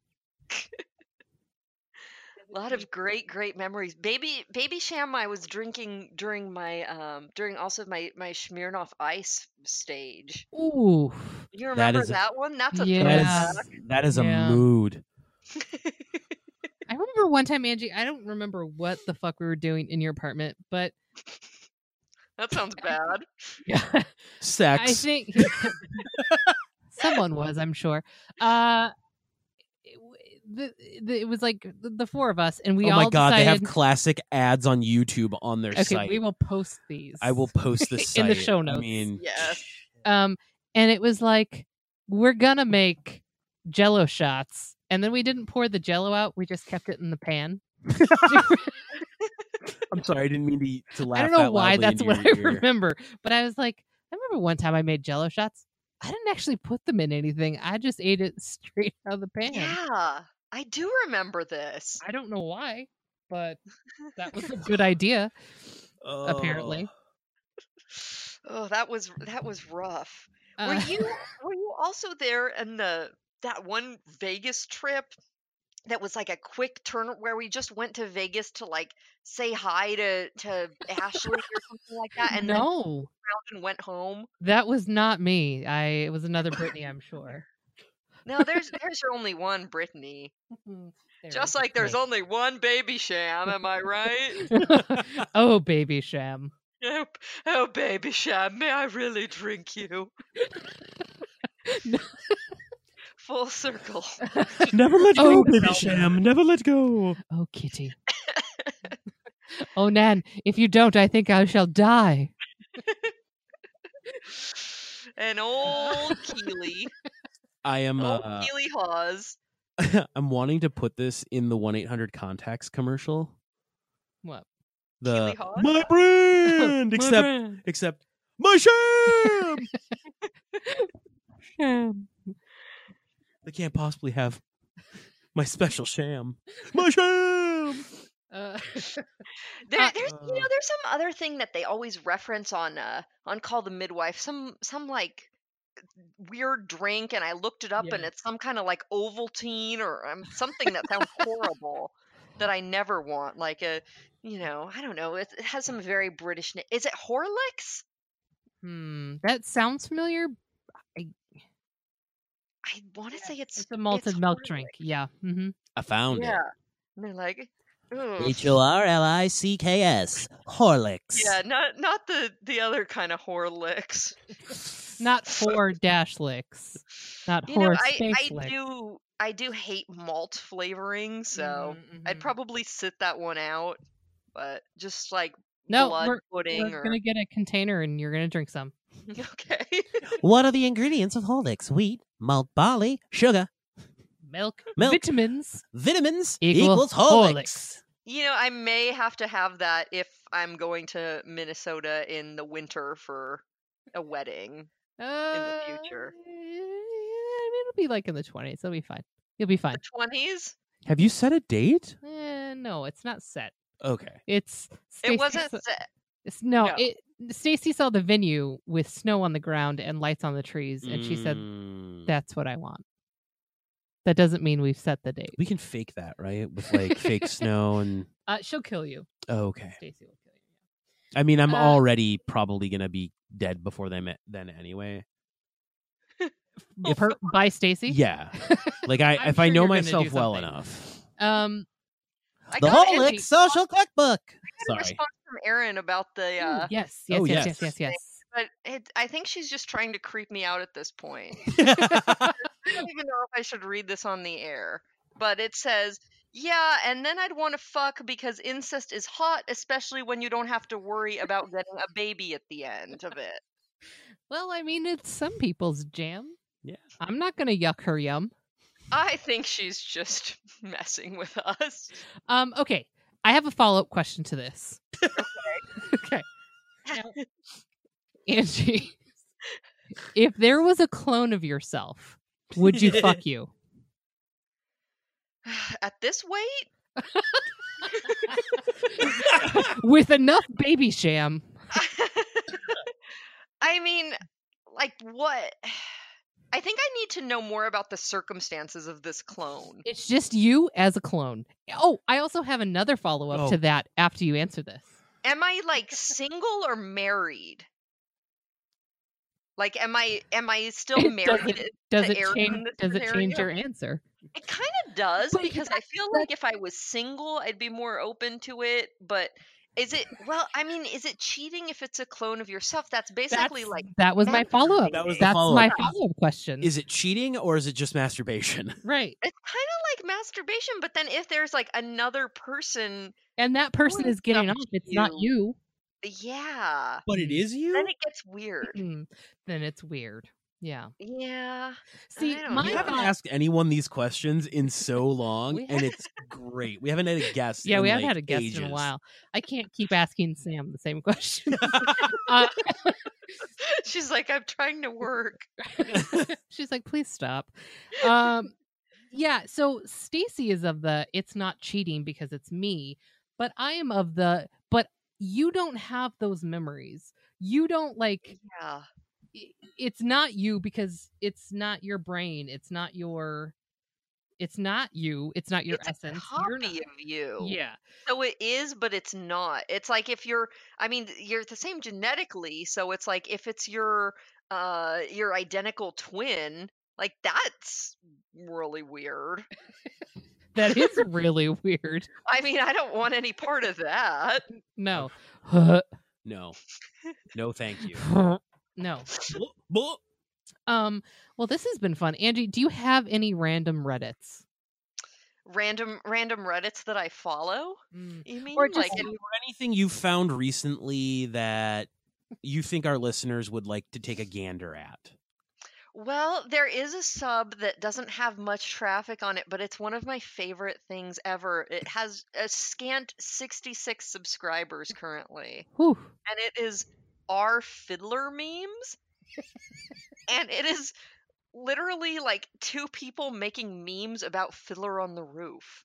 S3: a lot of great, great memories. Baby, baby sham. I was drinking during my um during also my my Smirnoff Ice stage.
S1: Ooh.
S3: You
S2: That
S3: remember
S2: is
S3: that,
S2: a-
S3: one? That's a
S1: Yeah.
S2: That
S3: throwback.
S2: is that is
S1: Yeah.
S2: a mood.
S1: I remember one time, Angie, I don't remember what the fuck we were doing in your apartment, but
S3: [laughs]
S2: [laughs]
S3: that sounds bad.
S2: Sex.
S1: [laughs] I think [laughs] someone was, I'm sure. Uh, it w- the, the, it was like the, the four of us, and we
S2: oh
S1: all
S2: my god,
S1: decided.
S2: they have classic ads on YouTube on their
S1: okay,
S2: site.
S1: we will post these.
S2: I will
S1: [laughs]
S2: post this
S1: in the
S2: site.
S1: show
S2: I
S1: notes.
S2: mean,
S3: Yes.
S1: Um, and it was like we're gonna make Jello shots, and then we didn't pour the Jello out. We just kept it in the pan.
S2: [laughs] I'm sorry, I didn't mean to, to laugh.
S1: I don't know
S2: that
S1: why
S2: loudly
S1: that's
S2: into
S1: what [laughs] I
S2: your ear.
S1: remember, but I was like, I remember one time I made Jello shots. I didn't actually put them in anything. I just ate it [laughs] straight out of the pan.
S3: Yeah, I do remember this.
S1: I don't know why, but that
S3: [laughs]
S1: was a good idea. Apparently.
S3: Oh, that was that was rough. Were
S1: Uh, [laughs]
S3: you were you also there in the that one Vegas trip that was like a quick turn where we just went to Vegas to like say hi to to Ashley or something like that and then turned
S1: no,
S3: around and went home?
S1: that was not me. I it was another Brittany, I'm sure. [laughs]
S3: No, there's there's your only one, Brittany.
S1: There
S3: Just
S1: we go.
S3: like there's
S1: Great.
S3: only one baby sham, am
S1: [laughs]
S3: I right?
S1: oh, baby sham.
S3: oh, oh, baby sham, may I really drink you?
S1: No. [laughs]
S3: Full circle.
S2: [laughs] Never let
S1: Oh,
S2: go,
S1: you
S2: baby
S1: felt it.
S2: sham. Never let go.
S1: Oh,
S3: [laughs]
S1: kitty. oh, Nan, if you don't, I think I shall die.
S3: And old Keely,
S2: I am.
S3: old
S2: Uh,
S3: Keely Oh, Hawes.
S2: [laughs] I'm wanting to put this in the one eight hundred contacts commercial.
S1: What?
S2: The
S3: Keely Hawes? [laughs]
S2: my brand, except except my sham. they can't possibly have my special sham.
S3: [laughs]
S2: My sham.
S1: Uh, [laughs]
S3: There,
S1: Uh,
S3: there's you know
S2: Uh.
S3: there's some other thing that they always reference on uh on Call the Midwife some some like weird drink and I looked it up and
S1: Yeah.
S3: it's some kind of like Ovaltine or um, something that sounds horrible that I never want like a you know I don't know it, it has some very British na- is it Horlicks
S1: hmm, that sounds familiar.
S3: I want to say it's
S1: It's a malted milk drink.
S3: Horlicks.
S1: Yeah.
S3: mm-hmm.
S1: hmm
S2: I found
S3: yeah and they're like
S2: [laughs]
S3: "Ugh."
S2: O R L I C K S. Horlicks.
S3: yeah not not the the other kind of Horlicks [laughs]
S1: Not four dash licks. Not
S3: you know
S1: horse
S3: I
S1: space
S3: I
S1: lick.
S3: do I do hate malt flavoring so.
S1: Mhm,
S3: I'd
S1: mhm.
S3: probably sit that one out, but just like
S1: No,
S3: blood
S1: we're-
S3: pudding
S1: We're
S3: or
S1: gonna get a container and you're gonna drink some.
S3: [laughs] okay.
S2: What are the ingredients of Horlicks? Wheat, malt barley, sugar,
S1: Milk,
S2: Milk.
S1: vitamins
S2: vitamins
S1: equal
S3: you know, I may have to have that if I'm going to Minnesota in the winter for a wedding.
S1: Uh,
S3: the future.
S1: yeah, I mean, it'll be like in the twenties. It'll be fine. You'll be fine.
S3: The twenties?
S2: Have you set a date?
S1: Eh, no, it's not set.
S2: Okay.
S1: It's Stacey
S3: It wasn't.
S1: saw-
S3: sa-
S1: it's- no,
S3: no.
S1: It Stacy saw the venue with snow on the ground and lights on the trees, and she said,
S2: Mm.
S1: "That's what I want." That doesn't mean we've set the date.
S2: we can fake that, right? With
S1: [laughs]
S2: like fake snow and
S1: Uh, she'll kill you.
S2: oh, okay.
S1: Stacy will kill you.
S2: I mean, I'm
S1: Uh,
S2: already probably gonna be dead before they met then anyway.
S1: If [laughs] her by Stacy.
S2: Yeah. Like I,
S1: [laughs] I'm
S2: if I
S1: sure
S2: know
S1: you're gonna do
S2: myself well
S1: something.
S2: enough.
S1: [laughs] Um.
S3: I
S2: the
S3: got
S1: Holy-
S3: a
S2: Holic Social Cookbook.
S3: good
S2: Sorry.
S3: response from Erin about the.
S1: ooh,
S3: Uh,
S1: yes. Yes.
S2: Oh,
S1: yes.
S2: yes.
S1: Yes. Yes. Yes.
S3: But it, I think she's just trying to creep me out at this
S1: [laughs]
S3: point.
S2: [laughs]
S3: I don't even know if I should read this on the air, but it says, "Yeah, and then I'd want to fuck because incest is hot, especially when you don't have to worry about getting a baby at the end of it."
S1: Well, I mean, it's some people's jam.
S2: Yeah.
S1: I'm not gonna yuck her yum.
S3: I think she's just [laughs] messing with us. [sighs]
S1: Um, okay. I have a follow up question to this. [laughs] okay. Now, [laughs] Angie, if there was a clone of yourself, would you
S2: [laughs]
S1: fuck you?
S3: At this weight, [laughs]
S1: With enough baby sham.
S3: I mean, like what? [sighs] I think I need to know more about the circumstances of this clone.
S1: It's just you as a clone. Oh, I also have another follow up
S2: Oh.
S1: to that after you answer this.
S3: Am I like single or married? Like, am I
S1: [laughs]
S3: am I still
S1: It doesn't-
S3: married?
S1: Does
S3: To
S1: it
S3: Aaron in
S1: change
S3: this
S1: does it change your
S3: scenario?
S1: answer?
S3: It kind of does
S1: But
S3: because I feel like if I was single, I'd be more open to it. But is it? Well, I mean, is it cheating if it's a clone of yourself? That's basically
S1: That's-
S3: like
S1: that was my
S3: masturbating.
S1: follow up.
S2: That was the
S1: That's my
S2: follow-up.
S1: follow up question.
S2: Is it cheating or is it just masturbation?
S1: right.
S3: it's kind of like masturbation. But then if there's like another person,
S1: And that person
S3: it's
S1: is getting
S3: up
S1: off.
S3: to
S1: It's not you.
S3: yeah,
S2: But it is you.
S3: then it gets weird.
S1: Mm, then it's weird. Yeah. [laughs]
S3: Yeah,
S1: See,
S3: don't
S1: my
S2: we
S3: know.
S2: haven't
S1: thought-
S2: asked anyone these questions in so long,
S1: We
S2: and it's great. We haven't had a guest.
S1: yeah,
S2: in,
S1: we haven't
S2: like,
S1: had a guest in a
S2: ages.
S1: while. I can't keep asking Sam the same [laughs]
S2: [laughs]
S1: question. Uh,
S3: she's like, I'm trying to work.
S1: [laughs] she's like, please stop. Um, yeah. So Stacy is of the it's not cheating because it's me, but I am of the but you don't have those memories. You don't like
S3: Yeah,
S1: i- it's not you because it's not your brain. It's not your. It's not you. It's not your
S3: it's
S1: essence.
S3: a
S1: You're not-
S3: copy of you.
S1: yeah.
S3: So it is, but it's not. It's like if you're, I mean, you're the same genetically, so it's like if it's your, uh, your identical twin, like that's really weird.
S1: that is really weird.
S3: [laughs] I mean, I don't want any part of that. [laughs]
S1: No.
S2: No, no, thank you.
S1: no.
S2: Buh, buh.
S1: Um, well, this has been fun. Angie, do you have any random Reddits?
S3: Random random Reddits that I follow. You mean
S2: or just
S3: like
S2: any- or anything you found recently that you think our listeners would like to take a gander at.
S3: Well, there is a sub that doesn't have much traffic on it, but it's one of my favorite things ever. It has a scant 66 subscribers currently,
S1: Whew.
S3: and it is our fiddler memes. and it is literally like two people making memes about Fiddler on the Roof.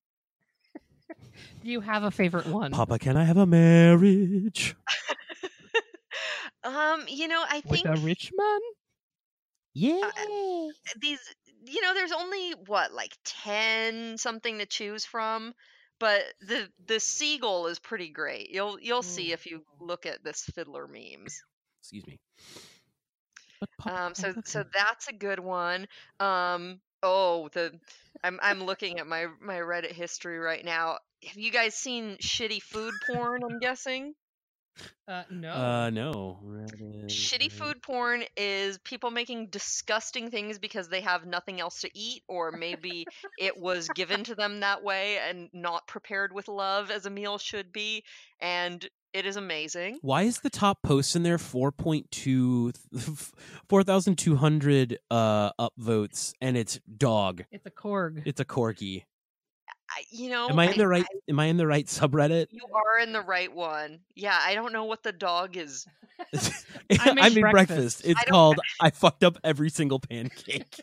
S1: Do you have a favorite one?
S2: Papa, can I have a marriage?
S3: Um, you know, I
S1: With
S3: think
S1: a rich man?
S2: Yeah.
S1: Uh,
S3: these you know there's only what like 10 something to choose from but the the seagull is pretty great you'll you'll see if you look at this fiddler memes
S2: Excuse me. Oh,
S3: um so so that's a good one um oh the i'm i'm looking at my my reddit history right now have you guys seen shitty food porn i'm guessing
S1: Uh, no.
S2: Uh, no. Reddit,
S3: Shitty
S2: Reddit.
S3: food porn is people making disgusting things because they have nothing else to eat, or maybe it was given to them that way and not prepared with love as a meal should be. And it is amazing.
S2: Why is the top post in there [laughs] 4.2 4,200 uh upvotes and it's dog.
S1: it's a Korg.
S2: It's a corgi.
S3: I, you know,
S2: Am I in the right am I in the right subreddit? [laughs]
S3: You are in the right one. Yeah, I don't know what the dog is.
S1: [laughs] I made breakfast.
S2: It's
S3: I don't- [laughs]
S2: called I fucked up every single pancake.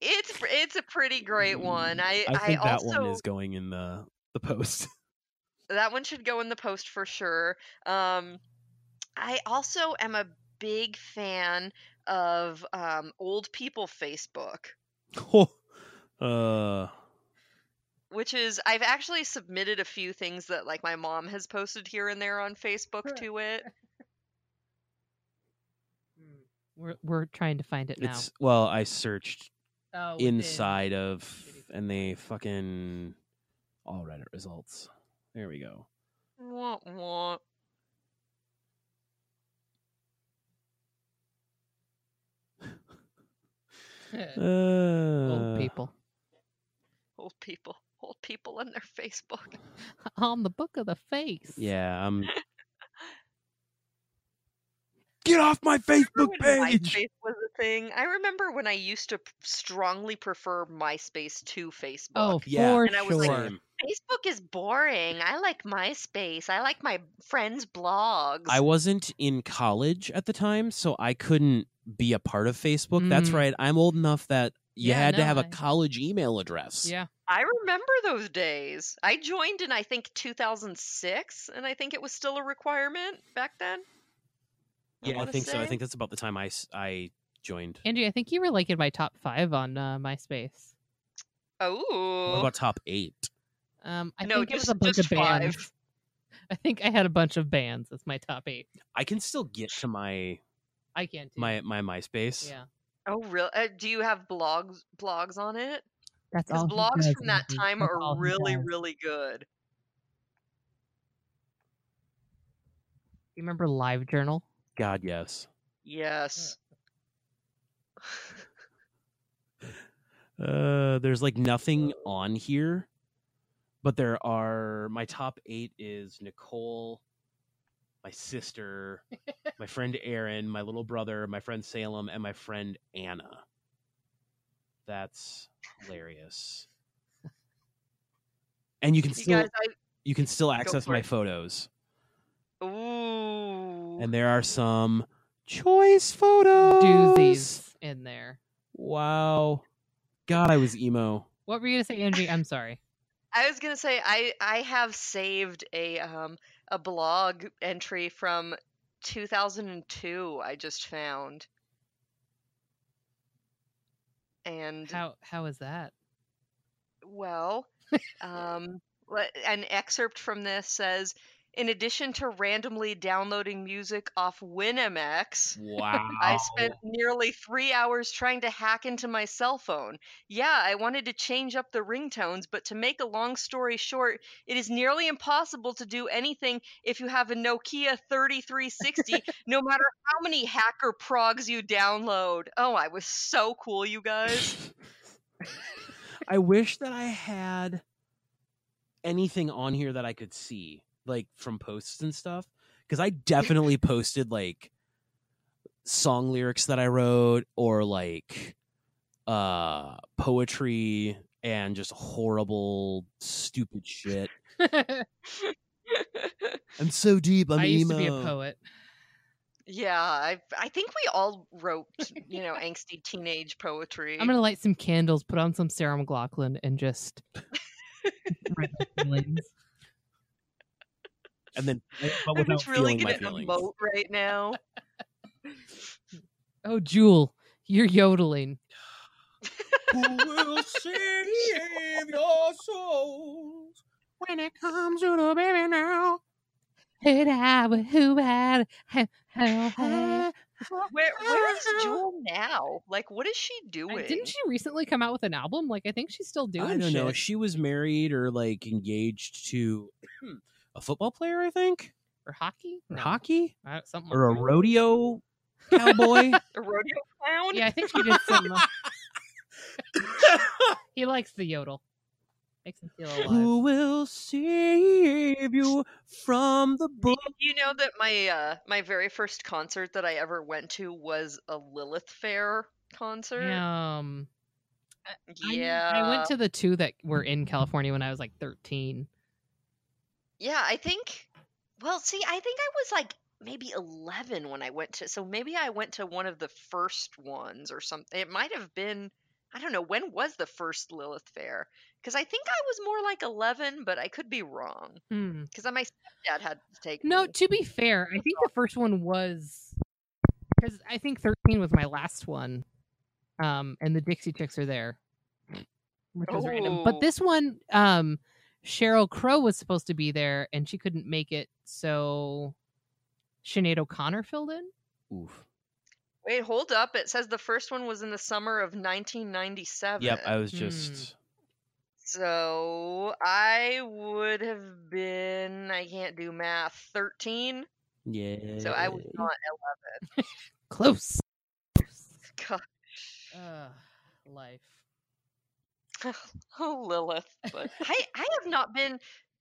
S3: It's pr- it's a pretty [laughs] great one. Mm, I
S2: I think that
S3: also
S2: one is going in the the post. [laughs]
S3: that one should go in the post for sure. Um, I also am a big fan of um, old people Facebook,
S2: uh
S3: which is I've actually submitted a few things that like my mom has posted here and there on Facebook to it.
S1: Hmm. We're, we're trying to find it now.
S2: it's well, I searched
S1: oh, within.
S2: inside of and they fucking all Reddit results. There we go.
S3: Wah, wah.
S1: Old [laughs]
S2: Uh,
S1: people.
S3: Old people, old people and their Facebook.
S1: [laughs] On the book of the face.
S2: Yeah, I'm. Get off my Facebook
S3: Remember when
S2: page.
S3: MySpace was a thing. I remember when I used to p- strongly prefer MySpace to Facebook.
S1: Oh,
S2: Yeah.
S1: for
S3: And I was like,
S1: sure.
S2: Same.
S3: Facebook is boring. I like MySpace. I like my friends' blogs.
S2: I wasn't in college at the time, so I couldn't be a part of Facebook. That's
S1: Mm.
S2: right. I'm old enough that you
S1: Yeah,
S2: had to
S1: no,
S2: have a
S1: I-
S2: college email address.
S1: yeah.
S3: I remember those days. I joined in I think 2006, and I think it was still a requirement back then. I
S2: Yeah, I,
S3: wanna
S2: think so. I
S3: say.
S2: think that's about the time I s- I joined.
S1: Angie, I think you were like in my top five on uh, MySpace.
S2: What
S3: Oh,
S2: about top eight?
S1: Um, I
S3: No,
S1: think it was
S3: just-
S1: a bunch of
S3: just five.
S1: bands. [laughs] I think I had a bunch of bands as my top eight.
S2: I can still get to my
S1: I can't do
S2: my my MySpace.
S1: Yeah,
S3: oh, real? Uh, do you have blogs blogs on it?
S1: that's
S3: Because
S2: Oh,
S1: all. he
S3: blogs
S1: does,
S3: from that
S1: Angie.
S3: time
S1: That's all
S3: are
S1: he
S3: really,
S1: does.
S3: really good.
S1: You remember Live Journal?
S2: God, yes.
S3: Yes.
S2: Uh, there's like nothing on here, but there are my top eight is Nicole, my
S3: [laughs]
S2: sister, my friend Aaron, my little brother, my friend Salem, and my friend Anna. That's hilarious. And you can
S3: you
S2: still
S3: guys,
S2: you can still access
S3: for
S2: my
S3: it.
S2: photos,
S3: I ooh.
S2: and there are some choice photos.
S1: Doozies in there.
S2: Wow, God, I was emo.
S1: What were you gonna say, Angie? I'm sorry.
S3: I was gonna say I I have saved a um a blog entry from 2002 I just found. And
S1: How how is that? [laughs]
S3: well, um, le- an excerpt from this says, in addition to randomly downloading music off WinMX,
S2: Wow.
S3: [laughs] I spent nearly three hours trying to hack into my cell phone. Yeah, I wanted to change up the ringtones, but to make a long story short, it is nearly impossible to do anything if you have a Nokia 3360, no matter how many hacker progs you download. Oh, I was so cool, you [laughs] guys.
S2: I wish that I had anything on here that I could see, like from posts and stuff, because
S1: [laughs]
S2: I definitely posted like song lyrics that I wrote or like uh poetry and just horrible stupid shit. I'm so deep. I'm
S1: I used
S2: emo.
S1: to be a poet.
S3: yeah, I I think we all wrote, you [laughs] know, angsty teenage poetry.
S1: I'm gonna light some candles, put on some Sarah McLaughlin, and just. write my feelings.
S2: And then, but
S3: I'm
S2: without
S3: just really
S2: feeling my
S3: gonna
S2: feelings.
S3: emote right now.
S1: [laughs] oh, Jewel, you're yodeling.
S2: Who will save your souls when it comes to the baby now?
S1: Who died? Who had? How?
S2: Eh.
S1: how-
S3: Where [laughs] where is Jewel now? Like, what is Uh, she doing?
S1: Didn't she recently come out with an album? Like, I think she's still doing.
S2: I don't
S1: shit.
S2: know. She was married or like engaged to [clears throat] a football player, I think,
S1: or hockey?
S2: or
S1: No.
S2: hockey,
S1: I don't- something
S2: or a
S1: like that.
S2: rodeo cowboy.
S3: A rodeo clown?
S1: Yeah, I think she did some.
S2: [laughs]
S1: he likes the yodel. Makes him feel alive.
S2: Who will save you from the bull?
S3: You know that my uh, my very first concert that I ever went to was a Lilith Fair concert. Uh,
S1: Um, I-
S3: yeah.
S1: I, went to the two that were in California when I was like 13.
S3: Yeah, I think. Well, see, I think I was like maybe eleven when I went to. So maybe I went to one of the first ones or something. It might have been. I don't know when was the first Lilith Fair because I think I was more like eleven, but I could be wrong
S1: Hmm.
S3: because my stepdad had to take.
S1: No,
S3: me.
S1: to be fair, I think the first one was because I think 13 was my last one. Um, and the Dixie Chicks are there, which was random. But
S3: Oh.
S1: this one, um, Cheryl Crow was supposed to be there and she couldn't make it, so Sinead O'Connor filled in.
S2: Oof.
S3: Wait, hold up. It says the first one was in the summer of 1997.
S2: Yep, I was
S1: Hmm.
S2: just.
S3: So I would have been, I can't do math, 13.
S2: Yeah.
S3: So I was not
S1: Close.
S3: God.
S1: Uh, life.
S3: Oh, [laughs] Lilith. But I, I have not been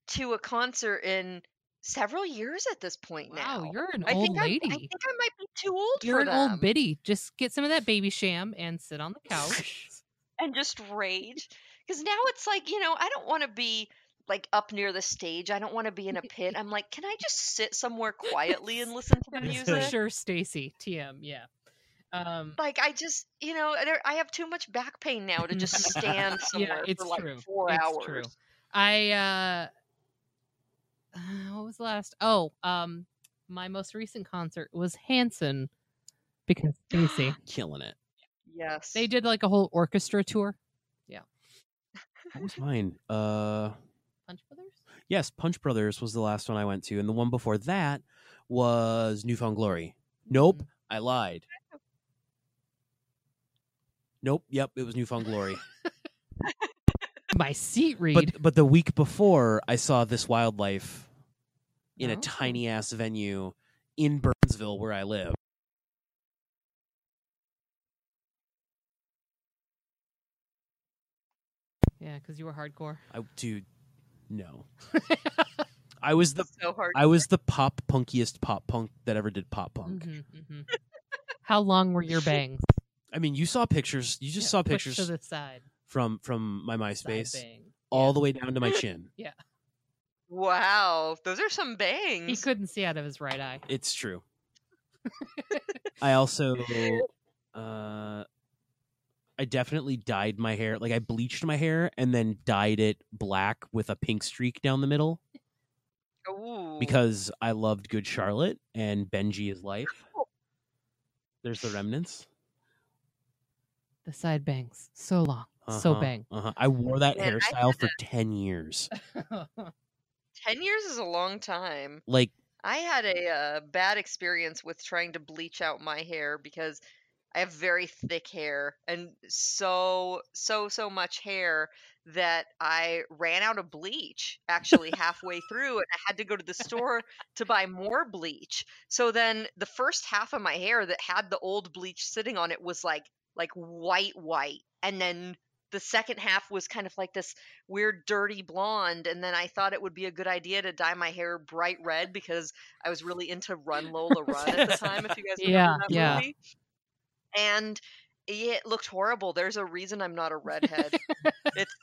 S3: to a concert in several years at this point
S1: Wow,
S3: now.
S1: you're an
S3: I
S1: old
S3: think
S1: lady.
S3: I, I think I might be too old
S1: You're
S3: for
S1: an
S3: them.
S1: old biddy. Just get some of that baby sham and sit on the couch.
S3: and just rage because now it's like you know i don't want to be like up near the stage i don't want to be in a pit i'm like can i just sit somewhere quietly [laughs] and listen to the
S1: That is
S3: music
S1: for sure, Stacy. TM, yeah. Um,
S3: like i just you know I don't- i have too much back pain now to just
S1: [laughs]
S3: stand somewhere
S1: it's
S3: for like
S1: true.
S3: four
S1: it's
S3: hours
S1: true. I uh, [sighs] uh, what was the last? Oh, um, my most recent concert was Hanson
S3: [gasps]
S1: because Stacy.
S2: killing it.
S3: yes
S1: They did like a whole orchestra tour.
S2: What was mine? Uh.
S1: Punch Brothers.
S2: Yes, Punch Brothers was the last one I went to, and the one before that was Newfound Glory. Nope,
S1: Mhm.
S2: I lied. Nope, yep, it was
S1: [laughs]
S2: Newfound Glory.
S1: My Mm. seat read.
S2: but but the week before, I saw This Wildlife in a
S1: Oh.
S2: tiny ass venue in Burnsville where I live.
S1: Yeah, because you were hardcore.
S2: I dude,
S1: [laughs]
S2: no. I was the
S3: so hard
S2: I was the pop punkiest pop punk that ever did pop punk.
S1: Mhm, mhm. How long were your bangs?
S2: I mean, you saw pictures, you just
S1: Yeah,
S2: saw
S1: pushed
S2: pictures
S1: to the side.
S2: from from my
S1: side
S2: MySpace.
S1: bang.
S2: all
S1: Yeah.
S2: the way down to my chin.
S3: wow those are some bangs
S1: He couldn't see out of his right eye.
S2: It's true. I also, uh, I definitely dyed my hair. Like I bleached my hair and then dyed it black with a pink streak down the middle
S3: Ooh.
S2: because I loved Good Charlotte and Benji is life. There's the remnants.
S1: The side bangs so [laughs] long, so bang.
S2: Uh-huh. I uh-huh. wore that
S3: Man, I
S2: hairstyle for ten years.
S3: 10 years is a long time.
S2: Like
S3: I had a uh, bad experience with trying to bleach out my hair because I have very thick hair and so so so much hair that I ran out of bleach actually halfway through and I had to go to the store to buy more bleach. So then the first half of my hair that had the old bleach sitting on it was like like white white and then the second half was kind of like this weird dirty blonde and then i thought it would be a good idea to dye my hair bright red because i was really into run lola run at the time if you guys remember
S1: Yeah,
S3: that
S1: yeah.
S3: movie and it looked horrible there's a reason i'm not a
S1: [laughs]
S3: redhead it's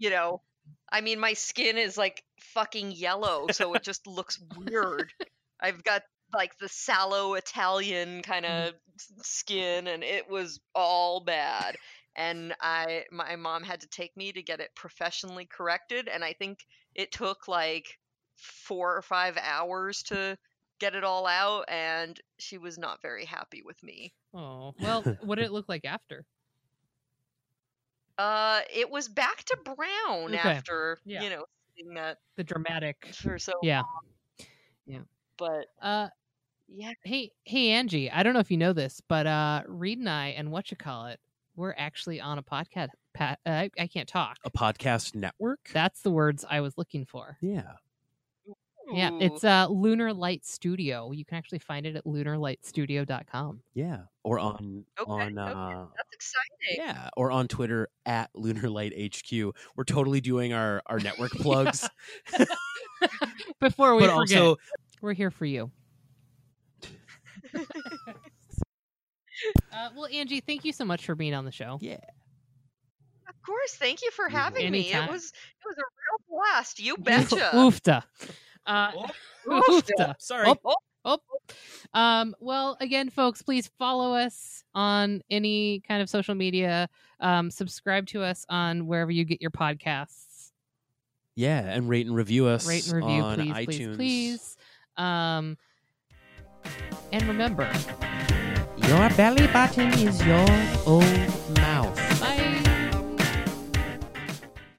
S3: you know i mean my skin is like fucking yellow so it just looks weird i've got like the sallow
S1: Mm.
S3: italian kind of skin and it was all bad and I my mom had to take me to get it professionally corrected and I think it took like 4 or 5 hours to get it all out and she was not very happy with me.
S1: Oh well, what did it look like after?
S3: Uh it was back to brown
S1: Okay.
S3: after
S1: Yeah.
S3: you know seeing that
S1: The dramatic.
S3: for so
S1: Yeah.
S3: but
S1: Uh,
S3: yeah
S1: hey, hey, Angie. I don't know if you know this, but uh, Reed and I and what you call it, we're actually on a podcast. Pat, uh, I, I can't talk.
S2: a podcast network?
S1: That's the words I was looking for.
S2: yeah.
S1: Yeah,
S3: Ooh.
S1: it's uh, Lunar Light Studio. You can actually find it at lunarlightstudio.com.
S2: Yeah. Or on
S3: Okay,
S2: on
S3: okay.
S2: uh
S3: that's exciting.
S2: yeah, or on Twitter at Lunarlight HQ. We're totally doing our
S1: [laughs]
S2: our network plugs,
S1: Before we
S2: but
S1: forget,
S2: also
S1: we're here for you. uh, well, Angie, thank you so much for being on the show.
S2: yeah.
S3: Of course, thank you for
S2: You're
S3: having me.
S1: Anytime.
S3: It was it was a real blast.
S1: [laughs]
S3: You
S1: You-
S3: betcha.
S1: Oofta. Uh,
S2: [laughs]
S1: oofta.
S2: Sorry.
S1: Oh. Oh. Um, well, again, folks, please follow us on any kind of social media. Um, subscribe to us on wherever you get your podcasts.
S2: Yeah, and rate and review us.
S1: Rate and review,
S2: on
S1: please,
S2: iTunes.
S1: please, please. Um, and remember,
S2: Your belly button is your own